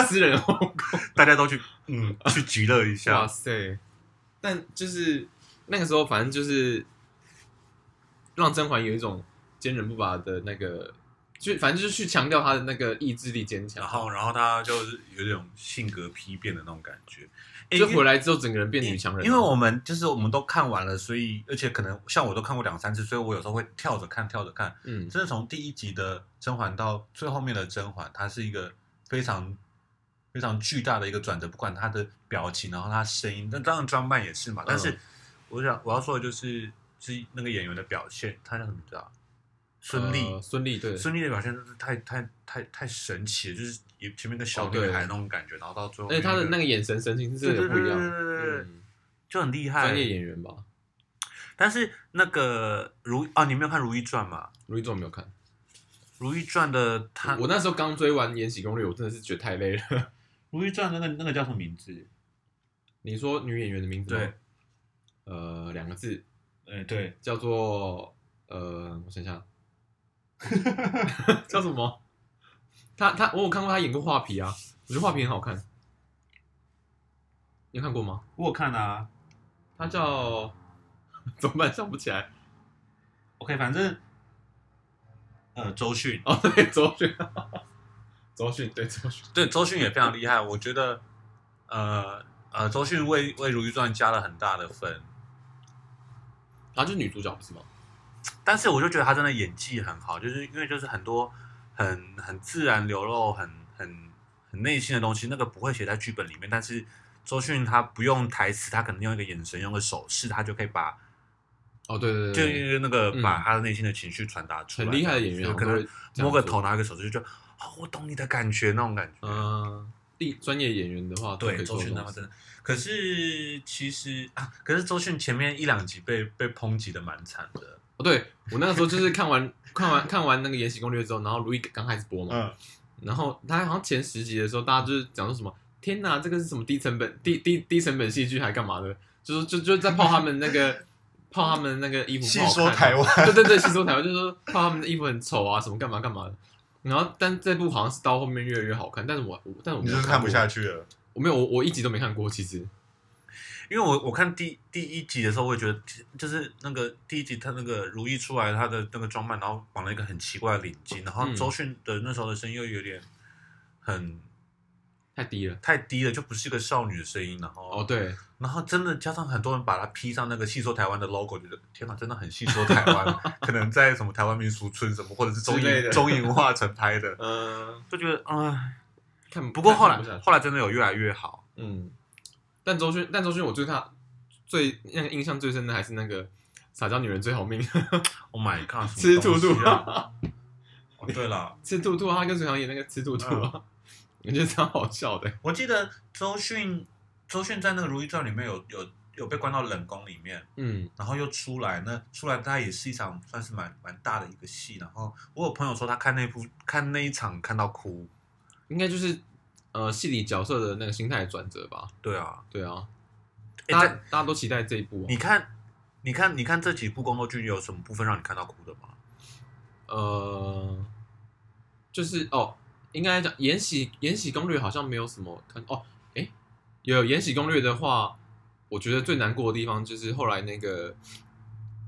Speaker 1: 私人后宫。
Speaker 2: 大家都去
Speaker 1: <laughs>
Speaker 2: 嗯去极乐一
Speaker 1: 哇
Speaker 2: 下，
Speaker 1: 塞！但就是那个时候，反正就是让甄嬛有一种坚韧不拔的那个，就反正就是去强调她的那个意志力坚
Speaker 2: 然
Speaker 1: 强。
Speaker 2: 后然后他就是有点性格批变的那种感觉，
Speaker 1: 就
Speaker 2: 因为
Speaker 1: 回来之后，整个人变女强人了。啊
Speaker 2: 因为我们就是我们都看完了，所以而且可能像我都看过两三次，所以我有时候会跳着看跳着看，
Speaker 1: 嗯，
Speaker 2: 真的从第一集的甄嬛到最后面的甄嬛，她是一个非常非常巨大的一个转折，不管她的表情，然后她声音，那当然装扮也是嘛。但
Speaker 1: 嗯
Speaker 2: 是我想我要说的就是，是那个演员的表现，他叫什么名字啊？孙
Speaker 1: 呃
Speaker 2: 俪，
Speaker 1: 孙俪对，
Speaker 2: 孙俪的表现真是太太太太神奇了，就是也前面一个小
Speaker 1: 哦
Speaker 2: 女
Speaker 1: 对
Speaker 2: 孩那种感觉，然后到最后
Speaker 1: 而且
Speaker 2: 面一个，
Speaker 1: 她的那个眼神神情是真的
Speaker 2: 对
Speaker 1: 有
Speaker 2: 对
Speaker 1: 不
Speaker 2: 对
Speaker 1: 一
Speaker 2: 对
Speaker 1: 样。
Speaker 2: 对对对，
Speaker 1: 嗯
Speaker 2: 就很厉害。
Speaker 1: 专业演员吧，《
Speaker 2: 但是那个如啊，你没有看《如懿传》吗？
Speaker 1: 如懿传》没有看。
Speaker 2: 《如懿传》的他，
Speaker 1: 我
Speaker 2: 《
Speaker 1: 那时候刚追完《延禧攻略》，我真的是觉得太累了。
Speaker 2: 如懿传》的那个那个叫什么名字？
Speaker 1: 你说女演员的名字吗
Speaker 2: 对，
Speaker 1: 呃，两个字，
Speaker 2: 哎，对，
Speaker 1: 叫做呃，我想想， <laughs> 叫什么？他他我有看过他演过画皮啊，我觉得画皮很好看。你有看过吗？
Speaker 2: 我有看啊。
Speaker 1: 他叫 <laughs> 怎么办？想不起来
Speaker 2: OK，反正呃，周迅
Speaker 1: 哦。对，周迅， <laughs> 周迅对周迅，
Speaker 2: 对周迅也非常厉害，我觉得呃呃，周迅为为《如懿传》加了很大的分，
Speaker 1: 她就是女主角不是吗？
Speaker 2: 但是我就觉得她真的演技很好，就是因为就是很多很很自然流露、很很很内心的东西，那个不会写在剧本里面，但是周迅她不用台词，她可能用一个眼神、用个手势，她就可以把
Speaker 1: 哦对对
Speaker 2: 就
Speaker 1: 对对，
Speaker 2: 是那个
Speaker 1: 嗯
Speaker 2: 把她的内心的情绪传达出来，
Speaker 1: 很厉害的演员，
Speaker 2: 就
Speaker 1: 好
Speaker 2: 可
Speaker 1: 像都
Speaker 2: 能
Speaker 1: 会这样
Speaker 2: 摸个
Speaker 1: 做
Speaker 2: 头，，拿个手势，就觉得哦，我懂你的感觉那种感觉，
Speaker 1: 嗯，厉专业演员的话，
Speaker 2: 对，周迅他们真的，可是其实啊，可是周迅前面一两集被被抨击的蛮惨的，
Speaker 1: 哦，对我那个时候就是看完看完看完那个《延禧攻略》之后，然后如懿刚开始播嘛，
Speaker 2: 嗯，
Speaker 1: 然后他好像前十集的时候，大家就是讲说什么“天哪，这个是什么低成本低低低成本戏剧，还干嘛的？”就是就就在泡他们那个泡他们那个衣服不好看啊，
Speaker 2: 湾，
Speaker 1: 对对对，细说台湾，就是说泡他们的衣服很丑啊，什么干嘛干嘛的。然后，但这部好像是到后面越来越好看，但是我我但我没有过，
Speaker 2: 去了。
Speaker 1: 我没有我我一集都没看过，其实
Speaker 2: 因为我我看第第一集的时候，我也觉得就是那个第一集他那个如懿出来，他的那个装扮，然后绑了一个很奇怪的领巾，然后
Speaker 1: 嗯
Speaker 2: 周迅的那时候的声音又有点很
Speaker 1: 太低了。
Speaker 2: 太低了，就不是一个少女的声音，然后
Speaker 1: 哦，对，
Speaker 2: 然后真的加上很多人把它披上那个戏说台湾的 logo，觉得天哪，真的很戏说台
Speaker 1: <laughs>
Speaker 2: 湾，可能在什么台湾民俗村什么，或者是中
Speaker 1: 之类
Speaker 2: 影
Speaker 1: 的
Speaker 2: 中影文化城
Speaker 1: <laughs>
Speaker 2: 拍的，
Speaker 1: 嗯，
Speaker 2: 就觉得啊、唉
Speaker 1: 看
Speaker 2: 不过后
Speaker 1: 看不下
Speaker 2: 来
Speaker 1: 去
Speaker 2: 后来真的有越来越好，
Speaker 1: 嗯，但周迅，但周迅，我对她最那个印象最深的还是那个撒娇女人最好命，
Speaker 2: ，Oh my
Speaker 1: <laughs>
Speaker 2: god，
Speaker 1: 吃
Speaker 2: 什么
Speaker 1: 兔
Speaker 2: 东
Speaker 1: 兔
Speaker 2: 西啊！哦，对了，
Speaker 1: 吃兔兔啊，她跟隋唐演那个吃兔兔啊， <laughs> 我觉得超好笑的。
Speaker 2: 我记得周迅周迅在那个《如懿传》里面有有有被关到冷宫里面，
Speaker 1: 嗯，
Speaker 2: 然后又出来，那出来它也是一场算是蛮蛮大的一个戏，然后我有朋友说他看那部看那一场看到哭，
Speaker 1: 应该就是呃戏里角色的那个心态的转折吧。
Speaker 2: 对啊，
Speaker 1: 对啊，
Speaker 2: 诶
Speaker 1: 大
Speaker 2: 在
Speaker 1: 家大家都期待这一部啊
Speaker 2: 你。看你看，你看这几部宫斗剧有什么部分让你看到哭的吗？
Speaker 1: 呃，就是哦，应该讲《延禧延禧攻略》好像没有什么看哦，诶，有《延禧攻略》的话，我觉得最难过的地方就是后来那个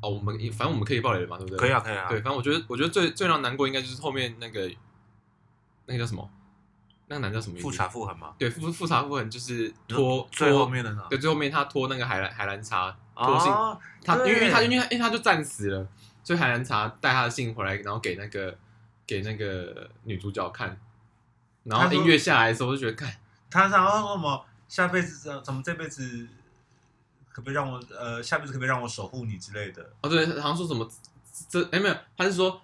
Speaker 1: 哦，我们反正我们可以爆雷了嘛，对不对？
Speaker 2: 可以啊，可以啊。
Speaker 1: 对，，反正我觉得我觉得最最让难过应该就是后面那个那个叫什么，那个男叫什么名字？
Speaker 2: 复查复痕嘛，
Speaker 1: 对复复查夫人就是拖
Speaker 2: 嗯最后
Speaker 1: 拖
Speaker 2: 面的呢？
Speaker 1: 对最后面他拖那个海兰海兰茶拖信
Speaker 2: 啊，
Speaker 1: 他因
Speaker 2: 对
Speaker 1: 为他因为他因为他就战死了，所以海兰茶带他的信回来，然后给那个给那个女主角看，然
Speaker 2: 他
Speaker 1: 后
Speaker 2: 说
Speaker 1: 音乐下来的时候，我就觉得看
Speaker 3: 他想要说什么？下辈子
Speaker 2: 呃
Speaker 3: 怎怎么这辈子可不可以让我呃下辈子可不可以让我守护你之类的？
Speaker 1: 哦对，好像说什么这哎没有，他是说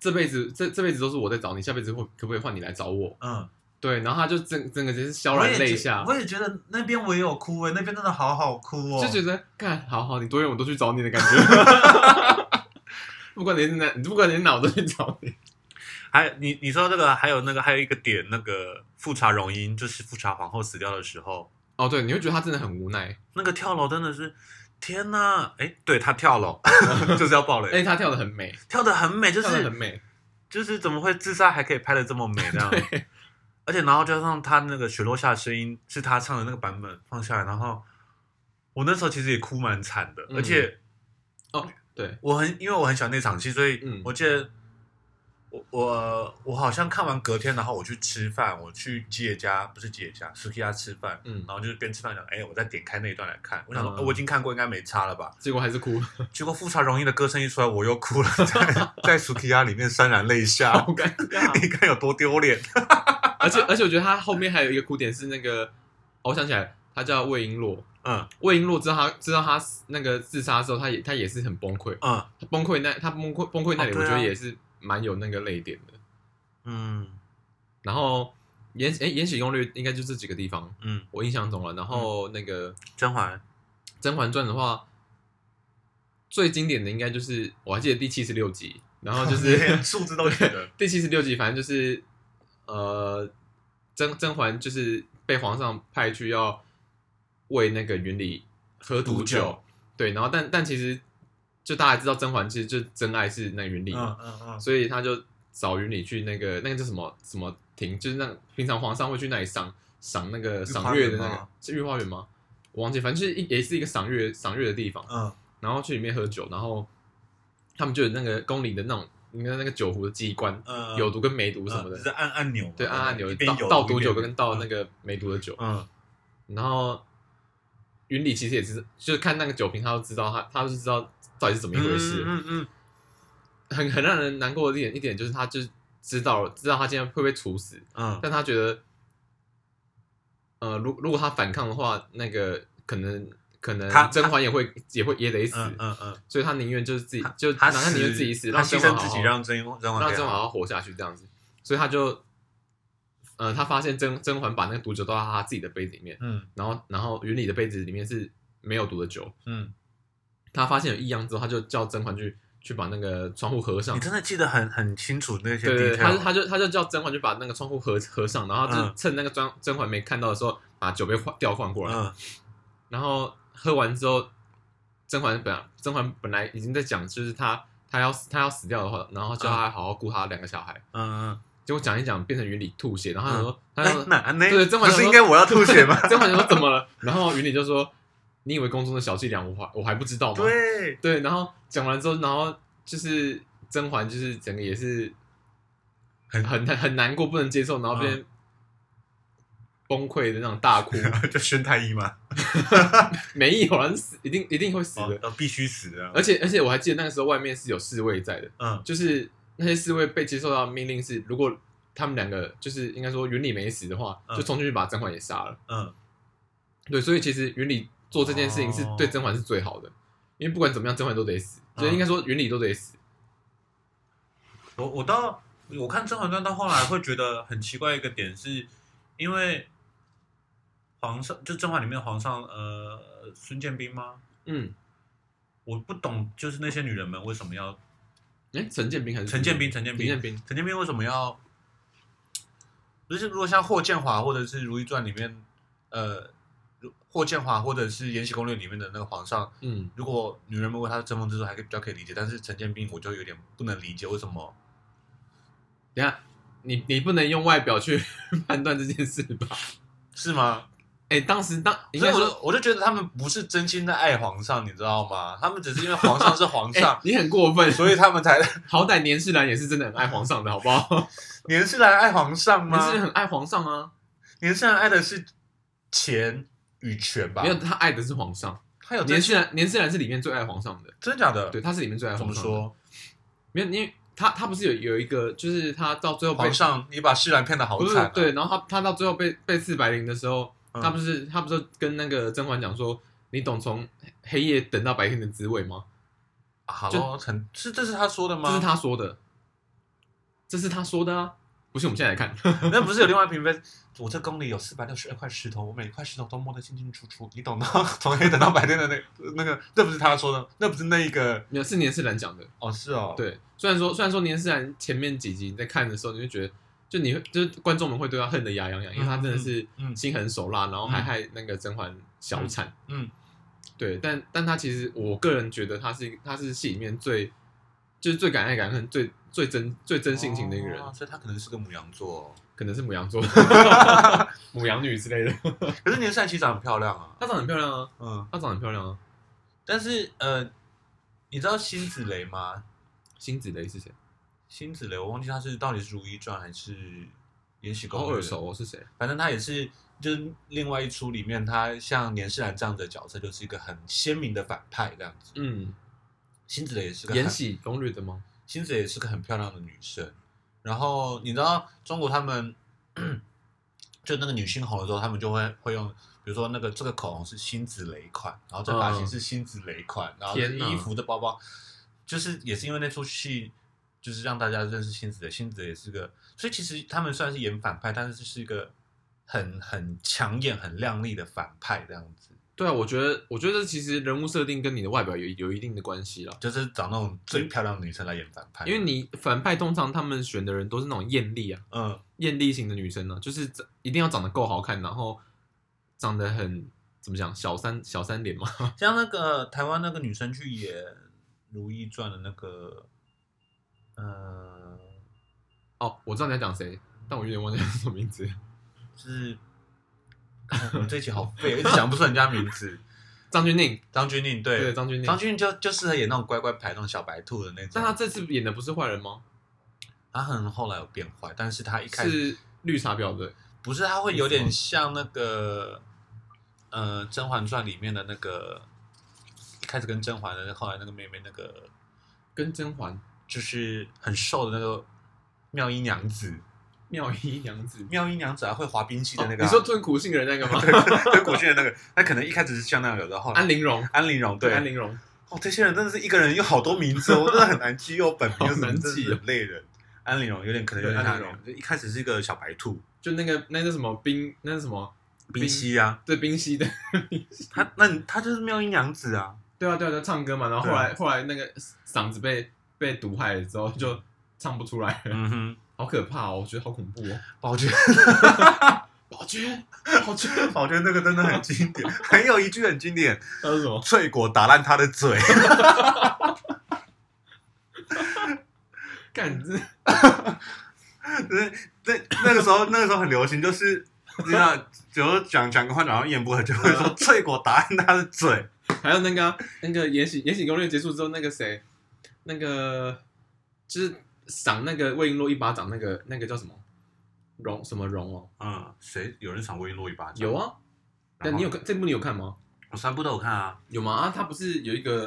Speaker 1: 这辈子这这辈子都是我在找你，下辈子会可不可以换你来找我？
Speaker 3: 嗯，
Speaker 1: 对，然后他就整整个就是萧
Speaker 3: 我
Speaker 1: 然
Speaker 3: 也
Speaker 1: 泪
Speaker 3: 觉
Speaker 1: 下，
Speaker 3: 我也觉得那边我也有哭
Speaker 2: 欸
Speaker 3: 哎、那边真的好好哭哦。
Speaker 1: 就觉得看好好，你多远我都去找你的感觉。 <laughs> 不管你是哪，不管你是哪，我都去找你。
Speaker 2: 还你你说这个还有那个还有一个点，那个富察容音就是富察皇后死掉的时候，
Speaker 1: 哦，对，你会觉得他真的很无奈，
Speaker 2: 那个跳楼真的是天哪！哎，对他跳楼 <laughs> 就是要爆
Speaker 1: 而且
Speaker 2: 雷，
Speaker 1: 他跳的很美，
Speaker 2: 跳的很美，就
Speaker 1: 跳的很
Speaker 2: 是
Speaker 1: 美。
Speaker 2: 就是怎么会自杀还可以拍的这么美这样？而且然后加上他那个雪落下的声音是他唱的那个版本放下来，然后我那时候其实也哭蛮惨的，
Speaker 1: 嗯哦
Speaker 2: 而且
Speaker 1: 对，
Speaker 2: 我很因为我很喜欢那场戏，所以
Speaker 1: 嗯
Speaker 2: 我记得我我我好像看完隔天，然后我去吃饭，我去姐家不是姐家 s u 家吃饭，
Speaker 1: 嗯
Speaker 2: 然，后就是边吃饭讲，哎，我再点开那一段来看，我想说、
Speaker 1: 嗯
Speaker 2: 呃我已经看过，应该没差了吧？
Speaker 1: 结果还是哭，
Speaker 2: 结果富察容易的歌声一出来，我又哭了， <laughs> 在在 s u 家里面潸然泪下 <laughs>
Speaker 1: 好，尴尬。
Speaker 2: 你看有多丢脸。
Speaker 1: 而且而且，我觉得他后面还有一个哭点是那个，哦我想起来，他叫魏璎珞。
Speaker 2: 嗯
Speaker 1: 魏璎珞知道他知道他那个自杀之后，他也他也是很崩溃，
Speaker 2: 嗯
Speaker 1: 他崩溃那他崩溃崩溃那里，
Speaker 2: 哦
Speaker 1: 我
Speaker 2: 对啊
Speaker 1: 觉得也是蛮有那个泪点的。
Speaker 2: 嗯
Speaker 1: 然后延诶延禧攻略应该就这几个地方，
Speaker 2: 嗯，
Speaker 1: 我印象中了。然后那个《
Speaker 2: 甄嬛
Speaker 1: 甄嬛传》的话，最经典的应该就是我还记得第七十六集，然后就是
Speaker 2: 连数字都觉
Speaker 1: <laughs>
Speaker 2: 得
Speaker 1: 第七十六集，反正就是呃，甄甄嬛就是被皇上派去要为那个云里喝毒
Speaker 3: 毒酒
Speaker 1: 酒，对，然后但但其实就大家知道甄嬛其实就真爱是那个云里嘛，
Speaker 3: 嗯嗯嗯，
Speaker 1: 所以他就找云里去那个那个叫什么什么亭，就是那平常皇上会去那里赏赏那个赏月的那
Speaker 3: 御花园
Speaker 1: 个
Speaker 3: 吗
Speaker 1: 是御花园吗？我忘记，反正就是一也是一个赏月赏月的地方，
Speaker 3: 嗯
Speaker 1: 然后去里面喝酒，然后他们就有那个宫里的那种你看那个酒壶的机关，
Speaker 3: 嗯，
Speaker 2: 呃
Speaker 1: 有毒跟没毒
Speaker 3: 嗯
Speaker 1: 什么的
Speaker 3: 就，是按按钮嘛，
Speaker 1: 对，按按钮
Speaker 2: 啊一边
Speaker 1: 倒
Speaker 2: 有
Speaker 1: 倒
Speaker 2: 毒
Speaker 1: 毒
Speaker 2: 一
Speaker 1: 酒
Speaker 2: 边
Speaker 1: 跟倒那
Speaker 2: 嗯
Speaker 1: 个没毒的酒，
Speaker 2: 嗯
Speaker 1: 然后云里其实也是就是看那个酒瓶，他就知道他他就知道到底是怎么一回事，
Speaker 2: 嗯嗯
Speaker 1: 很很让人难过的一点一点就是，他就是知道了，知道他今天会被处死，
Speaker 2: 嗯嗯
Speaker 1: 但他觉得，呃，如如果他反抗的话，那个可能可能
Speaker 2: 他
Speaker 1: 甄嬛也会也会也得死，
Speaker 2: 嗯嗯嗯，
Speaker 1: 所以他宁愿就是自己
Speaker 2: 他
Speaker 1: 就
Speaker 2: 他
Speaker 1: 哪怕宁愿
Speaker 2: 死
Speaker 1: 自己死，
Speaker 2: 他
Speaker 1: 让甄
Speaker 2: 牺
Speaker 1: 嬛好
Speaker 2: 牲自
Speaker 1: 好
Speaker 2: 己让甄甄嬛
Speaker 1: 让
Speaker 2: 可以
Speaker 1: 甄嬛
Speaker 2: 好
Speaker 1: 好好活下去这样子，所以他就，呃，他发现甄甄嬛把那个毒酒倒到他自己的杯子里面，
Speaker 2: 嗯
Speaker 1: 然后然后云里的杯子里面是没有毒的酒，
Speaker 2: 嗯，
Speaker 1: 他发现有异样之后，他就叫甄嬛去去把那个窗户合上
Speaker 2: 你，真的记得很很清楚那些
Speaker 1: 对对，对
Speaker 2: detail，
Speaker 1: 他就他就他就叫甄嬛就把那个窗户合合上，然后他就
Speaker 2: 嗯
Speaker 1: 趁那个甄甄嬛没看到的时候，把酒杯换调换过来，
Speaker 2: 嗯
Speaker 1: 然后喝完之后，甄嬛本来甄嬛本来已经在讲，就是她她要她要死掉的话，然后叫她好好顾她两个小孩，
Speaker 2: 嗯嗯，
Speaker 1: 结果讲一讲变成云里吐血，然后她说她
Speaker 2: 哎
Speaker 1: 说
Speaker 2: 那那
Speaker 1: 对甄嬛
Speaker 2: 不
Speaker 1: 想
Speaker 2: 是
Speaker 1: 说
Speaker 2: 应该我要吐血吗？
Speaker 1: <laughs> 甄嬛就说怎么了？然后云里就说你以为宫中的小伎俩我还我还不知道吗？
Speaker 2: 对，
Speaker 1: 对，然后讲完之后，然后就是甄嬛就是整个也是很很很很难过，不能接受，然后
Speaker 2: 嗯
Speaker 1: 变崩溃的那种
Speaker 2: <laughs>
Speaker 1: 大哭。
Speaker 2: 就宣太医嘛，
Speaker 1: 没有人死，一定一定会死
Speaker 2: 哦
Speaker 1: 的。
Speaker 2: 要必须死的，
Speaker 1: 而且而且我还记得那个时候外面是有侍卫在的，
Speaker 2: 嗯
Speaker 1: 就是那些侍卫被接受到命令是，如果他们两个就是应该说云里没死的话，
Speaker 2: 嗯
Speaker 1: 就冲进去把甄嬛也杀了。
Speaker 2: 嗯
Speaker 1: 对，所以其实云里做这件事情是
Speaker 2: 哦
Speaker 1: 对甄嬛是最好的，因为不管怎么样，甄嬛都得死，
Speaker 2: 嗯
Speaker 1: 所以应该说云里都得死。
Speaker 2: 我我到我看《甄嬛传》到后来会觉得很奇怪一个点是，因为皇上就甄嬛里面的皇上呃孙建斌吗？
Speaker 1: 嗯，
Speaker 2: 我不懂，就是那些女人们为什么要
Speaker 1: 哎，陈建斌还是
Speaker 2: 陈建斌陈建斌
Speaker 1: 陈建斌，
Speaker 2: 陈建斌为什么要？就是如果像霍建华或者是《如懿传》里面，呃，如霍建华或者是《延禧攻略》里面的那个皇上，
Speaker 1: 嗯，
Speaker 2: 如果女人们为他争风吃醋，还可以比较可以理解，但是陈建斌我就有点不能理解为什么。
Speaker 1: 等一下你你不能用外表去 <laughs> 判断这件事吧？
Speaker 2: 是吗？
Speaker 1: 哎，当时当应
Speaker 2: 所以
Speaker 1: 该
Speaker 2: 我
Speaker 1: 说，
Speaker 2: 就我就觉得他们不是真心的爱皇上，你知道吗？他们只是因为皇上是皇
Speaker 1: <laughs> 哎
Speaker 2: 上，，
Speaker 1: 你很过分，
Speaker 2: 所以他们才 <laughs>
Speaker 1: 好歹年世兰也是真的很爱皇上的好不好？ <laughs>
Speaker 2: 年世兰爱皇上
Speaker 1: 年世
Speaker 2: 吗
Speaker 1: 兰？很爱皇上啊，
Speaker 2: 年世兰爱的是钱与权吧？
Speaker 1: 没有他爱的是皇上，
Speaker 2: 他有真
Speaker 1: 年世兰年世兰是里面最爱皇上的，
Speaker 2: 真假的？
Speaker 1: 对，他是里面最爱
Speaker 2: 怎
Speaker 1: 皇
Speaker 2: 么
Speaker 1: 上的。
Speaker 2: 说？
Speaker 1: 没有，因为他他不是有有一个，就是他到最后被
Speaker 2: 皇上，你把世兰骗的好
Speaker 1: 不是
Speaker 2: 惨、啊。
Speaker 1: 对，然后他他到最后被被刺白绫的时候，
Speaker 2: 嗯
Speaker 1: 他不是他不是跟那个甄嬛讲说，你懂从黑夜等到白天的滋味吗？
Speaker 2: 啊好，
Speaker 1: 就
Speaker 2: 很是这是他说的吗？
Speaker 1: 这是他说的，这是他说的啊，不信我们现在来
Speaker 2: <laughs>
Speaker 1: 看，
Speaker 2: <laughs> 那不是有另外嫔妃？我这宫里有四百六十二块石头，我每块石头都摸得清清楚楚，你懂吗？ <laughs> 从黑等到白天的那那个，那不是他说的，那不是那一个
Speaker 1: 没有是年世兰讲的，
Speaker 2: 哦，是哦，，
Speaker 1: 对，虽然说虽然说年世兰前面几集你在看的时候，你就觉得。就你会，就是观众们会对他恨得牙痒痒，因为他真的是
Speaker 2: 嗯嗯嗯
Speaker 1: 心狠手辣，然后还
Speaker 2: 嗯
Speaker 1: 害那个甄嬛小产。
Speaker 2: 嗯，
Speaker 1: 对，但但他其实我个人觉得他是一他是戏里面最就是最敢爱敢恨、最最真最真性情的一个人，
Speaker 2: 哦所以他可能是个母羊座，
Speaker 1: 可能是母 <laughs> 羊座、母羊女之类的。
Speaker 2: 可是年善其实长得很漂亮啊，
Speaker 1: <laughs> 她长得很漂亮啊，
Speaker 2: 嗯，
Speaker 1: 她长得很漂亮啊。
Speaker 2: 但是呃，你知道辛芷蕾吗？
Speaker 1: 辛芷蕾是谁？
Speaker 2: 辛芷蕾，我忘记她是到底是《如懿传》还是《延禧攻
Speaker 1: 好
Speaker 2: 略》
Speaker 1: 耳熟哦，是谁？
Speaker 2: 反正他也是，就是另外一出里面，他像年世兰这样的角色，就是一个很鲜明的反派这样子。
Speaker 1: 嗯，
Speaker 2: 辛芷蕾也是个
Speaker 1: 《
Speaker 2: 很
Speaker 1: 延，禧攻略》的吗？
Speaker 2: 辛芷蕾也是个很漂亮的女生。然后你知道中国他们 <coughs> 就那个女星红了之后，他们就会会用，比如说那个这个口红是辛芷蕾款，然后这发型是辛芷蕾款，然后这
Speaker 1: 嗯天哪
Speaker 2: 衣服的包包，就是也是因为那出戏。就是让大家认识辛芷蕾，辛芷蕾也是个，所以其实他们虽然是演反派，但是是一个很很抢眼、很亮丽的反派这样子，
Speaker 1: 对啊，我觉得我觉得其实人物设定跟你的外表有有一定的关系啦。
Speaker 2: 就是找那种最漂亮的女生来演反派。
Speaker 1: 因为你反派通常他们选的人都是那种艳丽啊，
Speaker 2: 嗯，
Speaker 1: 艳丽型的女生呢、就是长一定要长得够好看，然后长得很怎么讲小三小三脸嘛，
Speaker 2: 像那个台湾那个女生去演《如懿传》的那个，呃，
Speaker 1: 哦，我知道你在讲谁，但我有点忘记叫什么名字。
Speaker 2: 就是、啊我们这一集好废，一直讲不出人家名字。
Speaker 1: 张钧甯，
Speaker 2: 张钧甯
Speaker 1: 对，
Speaker 2: 对，
Speaker 1: 张钧甯
Speaker 2: 张。钧甯就就适合演那种乖乖牌、那种小白兔的那种。
Speaker 1: 但他这次演的不是坏人吗？
Speaker 2: 他可能后来有变坏，但是他一开始
Speaker 1: 是绿茶婊的
Speaker 2: 不是，他会有点像那个呃《甄嬛传》里面的那个一开始跟甄嬛的，后来那个妹妹那个
Speaker 1: 跟甄嬛、
Speaker 2: 就是很瘦的那个妙音娘子。
Speaker 1: 妙衣娘子。
Speaker 2: 妙音娘子啊，会滑冰器的那
Speaker 1: 哦
Speaker 2: 个、
Speaker 1: 你说吞苦杏仁那个吗？
Speaker 2: <laughs> 对，跟古训的那个，那可能一开始是像那样有的，后来
Speaker 1: <laughs> 安陵容，
Speaker 2: 安陵容对，
Speaker 1: 安陵容。
Speaker 2: 哦，这些人真的是一个人有好多
Speaker 1: <laughs>
Speaker 2: 名字哦，我真的很难记，又本名又什么
Speaker 1: 好难
Speaker 2: 真的
Speaker 1: 记
Speaker 2: 是
Speaker 1: 哦
Speaker 2: 很累人。安陵容有点可能有点
Speaker 1: 对
Speaker 2: 像
Speaker 1: 安陵容，
Speaker 2: 就一开始是一个小白兔
Speaker 1: 就那个那是什么冰，那是什么
Speaker 2: 冰溪啊，
Speaker 1: 对冰溪的，
Speaker 2: 她那你她就是妙音娘子啊，
Speaker 1: 对啊对啊，就唱歌嘛。然后后来后来那个嗓子被被毒害了之后，就唱不出来了，
Speaker 2: 嗯哼，
Speaker 1: 好可怕哦！我觉得好恐怖哦。
Speaker 2: 宝娟， <laughs>
Speaker 1: 宝娟，宝娟，
Speaker 2: 宝娟那个真的很经典，还有一句很经典，
Speaker 1: <laughs> 那是什么？
Speaker 2: 翠果打烂她的嘴， <laughs>
Speaker 1: 干，你这
Speaker 2: 那那那个时候，那个时候很流行，就是你知道，比如说讲讲个话，然后咽不合，就会
Speaker 1: <laughs>
Speaker 2: 说翠果打烂他的嘴。
Speaker 1: 还有那个啊、那个《延禧延禧攻略》结束之后，那个谁，那个就是赏那个魏璎珞一巴掌，那个那个叫什么荣什么荣哦？
Speaker 2: 嗯，谁有人赏魏璎珞一巴掌？
Speaker 1: 有，啊，但你有看这部你有看吗？
Speaker 2: 我三部都有看啊。
Speaker 1: 有吗？啊，他不是有一个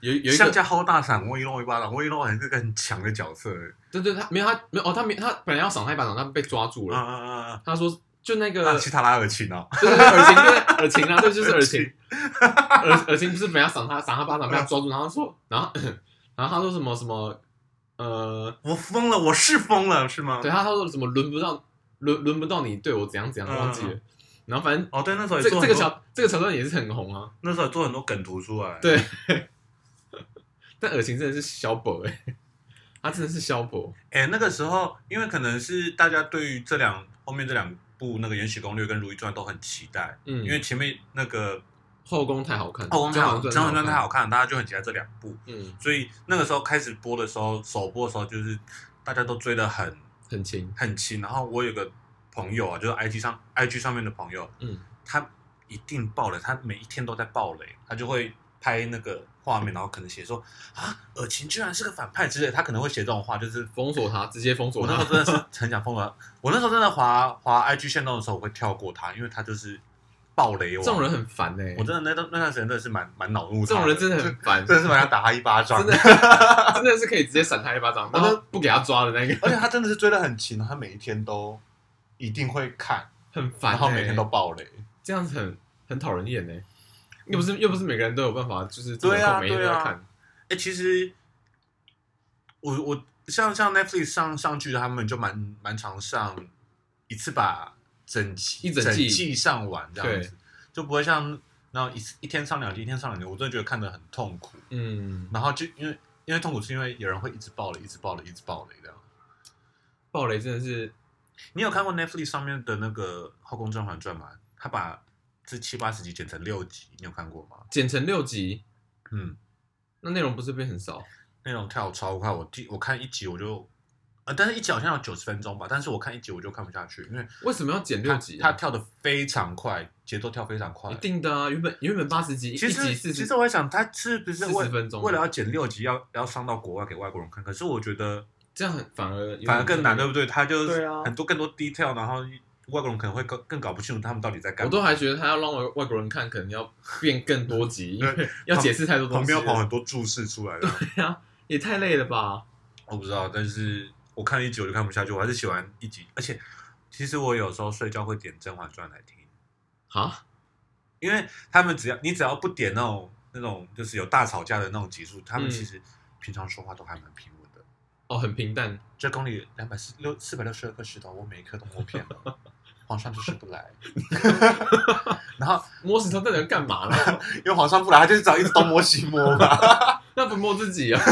Speaker 1: 有有一
Speaker 2: 向
Speaker 1: 个
Speaker 2: 家薅大赏魏璎珞一巴掌，魏璎珞还是个很强的
Speaker 1: <laughs>
Speaker 2: 角色。
Speaker 1: 对对，他没有他没有哦，他没他本来要赏他一巴掌，他被抓住
Speaker 2: 嗯
Speaker 1: 了。
Speaker 2: 嗯嗯
Speaker 1: 他说就那
Speaker 2: 嗯，
Speaker 1: 个 <laughs>
Speaker 2: 啊，其他拉尔琴哦，
Speaker 1: 对对对，尔晴就是尔晴
Speaker 2: 啊
Speaker 1: 啦，对，就是尔晴。
Speaker 2: <laughs>
Speaker 1: 尔尔晴不是本来要赏他赏他巴掌，被他抓住，然后
Speaker 2: <laughs>
Speaker 1: 说，然后 <coughs> 然后他说什么什么呃。
Speaker 2: 我疯了，我是疯了，是吗？
Speaker 1: 对。他他说什么轮不到轮轮不到你对我怎样怎样，
Speaker 2: 嗯
Speaker 1: 忘记了。然后反正
Speaker 2: 哦，对，那时候也
Speaker 1: 这
Speaker 2: 做
Speaker 1: 这个
Speaker 2: 很多，
Speaker 1: 桥这个桥段也是很红啊。
Speaker 2: 那时候也做很多梗图出来。
Speaker 1: 对但尔晴真的是萧伯哎， <laughs> 他真的是萧伯。
Speaker 2: 哎，那个时候，因为可能是大家对于这两后面这两部那个《延禧攻略》跟《如懿传》都很期待，
Speaker 1: 嗯，
Speaker 2: 因为前面那个《
Speaker 1: 后宫太好看，
Speaker 2: 后宫太好，《甄
Speaker 1: 甄嬛
Speaker 2: 嬛传》
Speaker 1: 传
Speaker 2: 太好，看，大家就很期待这两部，
Speaker 1: 嗯，
Speaker 2: 所以那个时候开始播的时候，首播的时候就是大家都追得很
Speaker 1: 很轻，
Speaker 2: 很勤。然后我有个朋友啊，就是 IG 上 IG 上面的朋友，
Speaker 1: 嗯，
Speaker 2: 他一定爆雷，他每一天都在爆雷，他就会拍那个画面，然后可能写说啊，尔晴居然是个反派之类的，他可能会写这种话，就是
Speaker 1: 封锁他，直接封锁
Speaker 2: 我那
Speaker 1: 他
Speaker 2: 时候，
Speaker 1: <laughs>
Speaker 2: 真的是很想疯了。我那时候真的滑滑 IG 线动的时候，我会跳过他，因为他就是暴雷王。
Speaker 1: 这种人，很烦哎，
Speaker 2: 啊我真的那段那段时间真的是蛮蛮恼怒他。
Speaker 1: 这种人真的很烦，
Speaker 2: 真的是蛮想打他一巴掌
Speaker 1: 真的 <laughs> 真的是可以直接闪他一巴掌，然后不给他抓的那个，
Speaker 2: <laughs> 而且他真的是追得很勤，他每一天都一定会看，
Speaker 1: 很烦欸，
Speaker 2: 然后每天都爆雷。
Speaker 1: 这样子很很讨人厌呢。欸又不是又不是每个人都有办法，就是这么
Speaker 2: 对啊
Speaker 1: 空每天都
Speaker 2: 对
Speaker 1: 要
Speaker 2: 啊
Speaker 1: 看，
Speaker 2: 哎、其实我我像像 Netflix 上上剧，他们就蛮蛮常上一次把整季
Speaker 1: 一整季
Speaker 2: 季上完这样子，就不会像然后一次一天上两集，一天上两集，我真的觉得看得很痛苦。
Speaker 1: 嗯，
Speaker 2: 然后就因为因为痛苦是因为有人会一直爆雷，一直爆雷，一直爆雷这样。
Speaker 1: 暴雷真的是
Speaker 2: 你有看过 Netflix 上面的那个《后宫甄嬛传》吗？他把这七八十集剪成六集，你有看过吗？
Speaker 1: 剪成六集，
Speaker 2: 嗯，
Speaker 1: 那内容不是变很少？
Speaker 2: 那种跳超快，我第我看一集我就，呃，但是一集好像有九十分钟吧，但是我看一集我就看不下去，因为
Speaker 1: 为什么要剪六
Speaker 2: 它
Speaker 1: 集
Speaker 2: 它
Speaker 1: 啊？
Speaker 2: 跳的非常快，节奏跳非常快
Speaker 1: 一。定的啊，原本原本八十集，一
Speaker 2: 其
Speaker 1: 集
Speaker 2: 实
Speaker 1: 四
Speaker 2: 其
Speaker 1: 十
Speaker 2: 实，我在想，他是不是为
Speaker 1: 40分钟啊
Speaker 2: 为了要剪六集要要上到国外给外国人看？可是我觉得
Speaker 1: 这样很反而有点
Speaker 2: 反而更难，对不对？他就
Speaker 1: 对啊
Speaker 2: 很多更多 detail，然后外国人可能会更更搞不清楚他们到底在干
Speaker 1: 我
Speaker 2: 嘛。
Speaker 1: 都还觉得他要让外外国人看，可能要变更多
Speaker 2: <laughs>
Speaker 1: 集，因为 <laughs> 要解释太多
Speaker 2: 旁
Speaker 1: 东西
Speaker 2: 边
Speaker 1: 了，
Speaker 2: 要跑很多注释出来的，
Speaker 1: <laughs> 也太累了吧？
Speaker 2: 我不知道，但是我看了一集我就看不下去，我还是喜欢一集。而且其实我有时候睡觉会点《甄嬛传》来听。
Speaker 1: 啊，
Speaker 2: 因为他们只要你只要不点那种那种就是有大吵架的那种集数，他
Speaker 1: 嗯
Speaker 2: 们其实平常说话都还蛮平稳的。
Speaker 1: 哦，很平淡，
Speaker 2: 这宫里两百四六四百六十二颗石头，我每一颗都摸遍了，皇上就是不来。然后
Speaker 1: 摸石头到底要干嘛啦？
Speaker 2: 因为皇上不来，他就是找一直东摸西摸嘛。
Speaker 1: <laughs> 那不摸自己
Speaker 2: <laughs>
Speaker 1: 啊？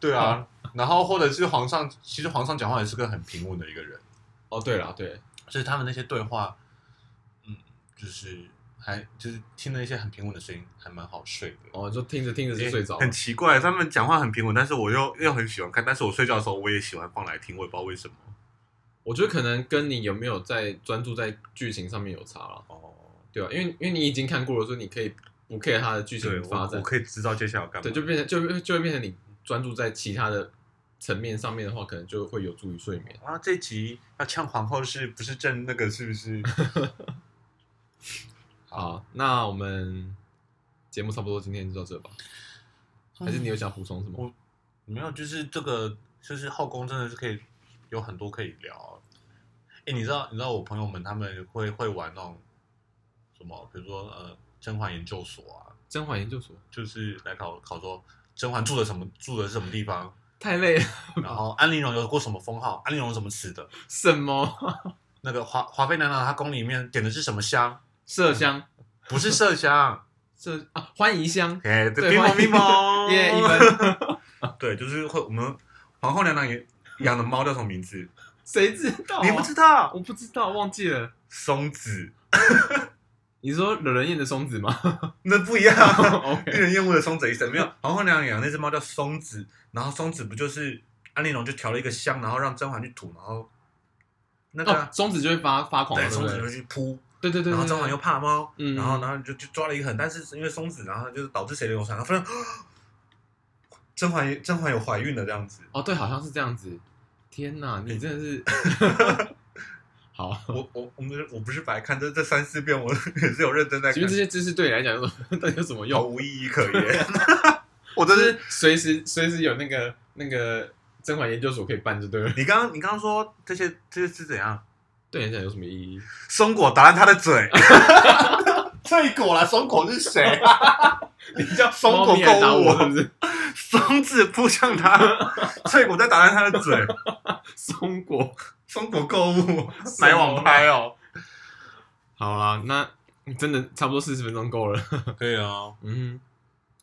Speaker 2: 对啊，然后或者是皇上，其实皇上讲话也是个很平稳的一个人，
Speaker 1: 哦，对了，对，
Speaker 2: 所以他们那些对话，嗯，就是还就是听了一些很平稳的声音，还蛮好睡的。
Speaker 1: 哦，就听着听着就睡着啊
Speaker 2: 很
Speaker 1: 了，
Speaker 2: 奇怪，他们讲话很平稳，但是我又又很喜欢看，但是我睡觉的时候我也喜欢放来听，我也不知道为什么。
Speaker 1: 我觉得可能跟你有没有在专注在剧情上面有差了，
Speaker 2: 哦，
Speaker 1: 对啊吧？因为因为你已经看过了，所以你可以不 care 它的剧
Speaker 2: 对
Speaker 1: 情发
Speaker 2: 我
Speaker 1: 展
Speaker 2: 我，可以知道接下来要干嘛。
Speaker 1: 对，就变成就会就会变成你专注在其他的层面上面的话，可能就会有助于睡眠。
Speaker 2: 啊，这集要呛皇后是不是正那个是不是？ <laughs>
Speaker 1: 好，那我们节目差不多今天就到这吧，还是你有想补充什么？
Speaker 2: 我没有，就是这个就是后宫真的是可以有很多可以聊。哎，你知道你知道我朋友们他们会会玩那种什么，比如说呃甄嬛研究所啊，
Speaker 1: 甄嬛研究所
Speaker 2: 就是来考考说甄嬛住的什么住的是什么地方。
Speaker 1: 太累
Speaker 2: <laughs>
Speaker 1: 了，
Speaker 2: 然后安陵容有过什么封号？安陵容是怎么死的？
Speaker 1: 什么
Speaker 2: 那个华华妃娘娘她宫里面点的是什么香？
Speaker 1: 麝香
Speaker 2: 不是
Speaker 1: <laughs>
Speaker 2: 麝香，
Speaker 1: 麝啊欢宜香，
Speaker 2: 哎，
Speaker 1: 对
Speaker 2: 对，冰
Speaker 1: 欢
Speaker 2: 蒙
Speaker 1: 迎
Speaker 2: 冰蒙，
Speaker 1: 耶一分，
Speaker 2: 对，就是会我们皇后娘娘也养的猫叫什么名字？
Speaker 1: 谁知道、啊？
Speaker 2: 你不知道？
Speaker 1: 我不知道，忘记了。
Speaker 2: 松子，
Speaker 1: 你说惹人厌的松子
Speaker 2: <laughs>
Speaker 1: 吗
Speaker 2: 那不一样，令 <laughs>
Speaker 1: ？OK，
Speaker 2: 人厌恶的松子一生没有。皇后娘娘养那只猫叫松子，然后松子不就是安陵容就调了一个香，然后让甄嬛去吐，然后那个
Speaker 1: 哦
Speaker 2: 啊、，
Speaker 1: 松子就会发发狂
Speaker 2: 对
Speaker 1: 了，对
Speaker 2: 松
Speaker 1: 不
Speaker 2: 子就
Speaker 1: 哦对？
Speaker 2: 去扑，
Speaker 1: 对对对，
Speaker 2: 然后
Speaker 1: 对
Speaker 2: 张
Speaker 1: 对
Speaker 2: 嬛又怕猫，
Speaker 1: 嗯
Speaker 2: 然后然后就就抓了一个很，但是因为松子，然后就是导致谁的流产，然后发现甄嬛甄嬛有怀孕的这 <laughs> 样子。
Speaker 1: 哦，对，好像是这样子。天哪，你真的
Speaker 2: <laughs>
Speaker 1: 是好。
Speaker 2: 我我我们我不是白看这这三四遍，我也是有认真在
Speaker 1: 请
Speaker 2: 看
Speaker 1: 问这，些知识对你来讲有什么？到 <laughs> 底有什么
Speaker 2: 有
Speaker 1: 用？
Speaker 2: 无意义可 <laughs> 言。我真
Speaker 1: 就是是随时随时有那个那个甄嬛研究所可以办，就对了。
Speaker 2: 你刚刚你刚刚说这些这些是怎样？
Speaker 1: 对你来讲有什么意义？ <laughs>
Speaker 2: 松果打烂他的 <laughs> 嘴，罪果啦！松果是谁啊？
Speaker 1: 你叫
Speaker 2: 松果
Speaker 1: 猫咪来打
Speaker 2: 购物啊
Speaker 1: 我是不是？
Speaker 2: <laughs>
Speaker 1: <laughs>
Speaker 2: 松子扑向 <laughs> 他，罪果在打烂他的嘴。
Speaker 1: 松果。
Speaker 2: 松果购物
Speaker 1: 买
Speaker 2: 买
Speaker 1: 网
Speaker 2: 网拍哦。
Speaker 1: 好啦，那真的差不多四十分钟够了。
Speaker 2: 可以啊，
Speaker 1: 嗯，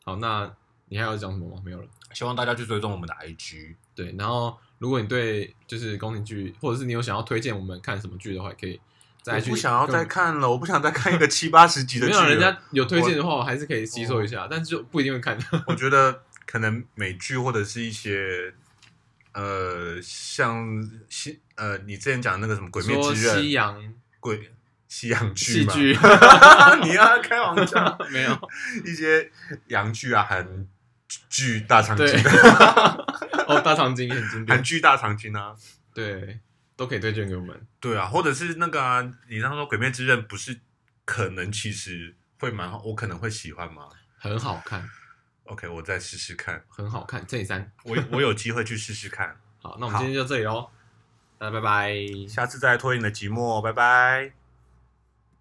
Speaker 1: 好，那你还要讲什么吗？没有了。
Speaker 2: 希望大家去追踪我们的 IG。
Speaker 1: 对，然后如果你对就是宫廷剧，或者是你有想要推荐我们看什么剧的话，也可以再
Speaker 2: 我
Speaker 1: 去。
Speaker 2: 不想要再，看了，我不想再看一个七八十集的
Speaker 1: 没
Speaker 2: 剧
Speaker 1: 有
Speaker 2: 了。哦
Speaker 1: 人家有推荐的话，我还是可以吸收一下，但是就不一定会看。
Speaker 2: <laughs> 我觉得可能美剧或者是一些呃，像西呃，你之前讲的那个什么《鬼灭
Speaker 1: 说
Speaker 2: 之刃》
Speaker 1: 西洋
Speaker 2: 鬼西洋剧
Speaker 1: 戏
Speaker 2: 嘛，
Speaker 1: 剧 <laughs>
Speaker 2: <laughs> 你要开玩笑，
Speaker 1: 没有，
Speaker 2: 一些洋剧啊、韩剧大长今、啊
Speaker 1: 对，哦，大长今也很经
Speaker 2: <laughs> 韩
Speaker 1: 典，
Speaker 2: 剧大长今啊，
Speaker 1: 对，都可以推荐给我们。
Speaker 2: 对啊，或者是那个啊，你刚刚说《鬼灭之刃》不是可能其实会蛮好，我可能会喜欢吗
Speaker 1: 很好看，
Speaker 2: ？OK，我再试试看，
Speaker 1: 很好看，这里三。
Speaker 2: 我我有机会去试试看，
Speaker 1: 好，那我们今天就这里喽，大家拜拜。
Speaker 2: 下次再来拖你的寂寞，拜拜。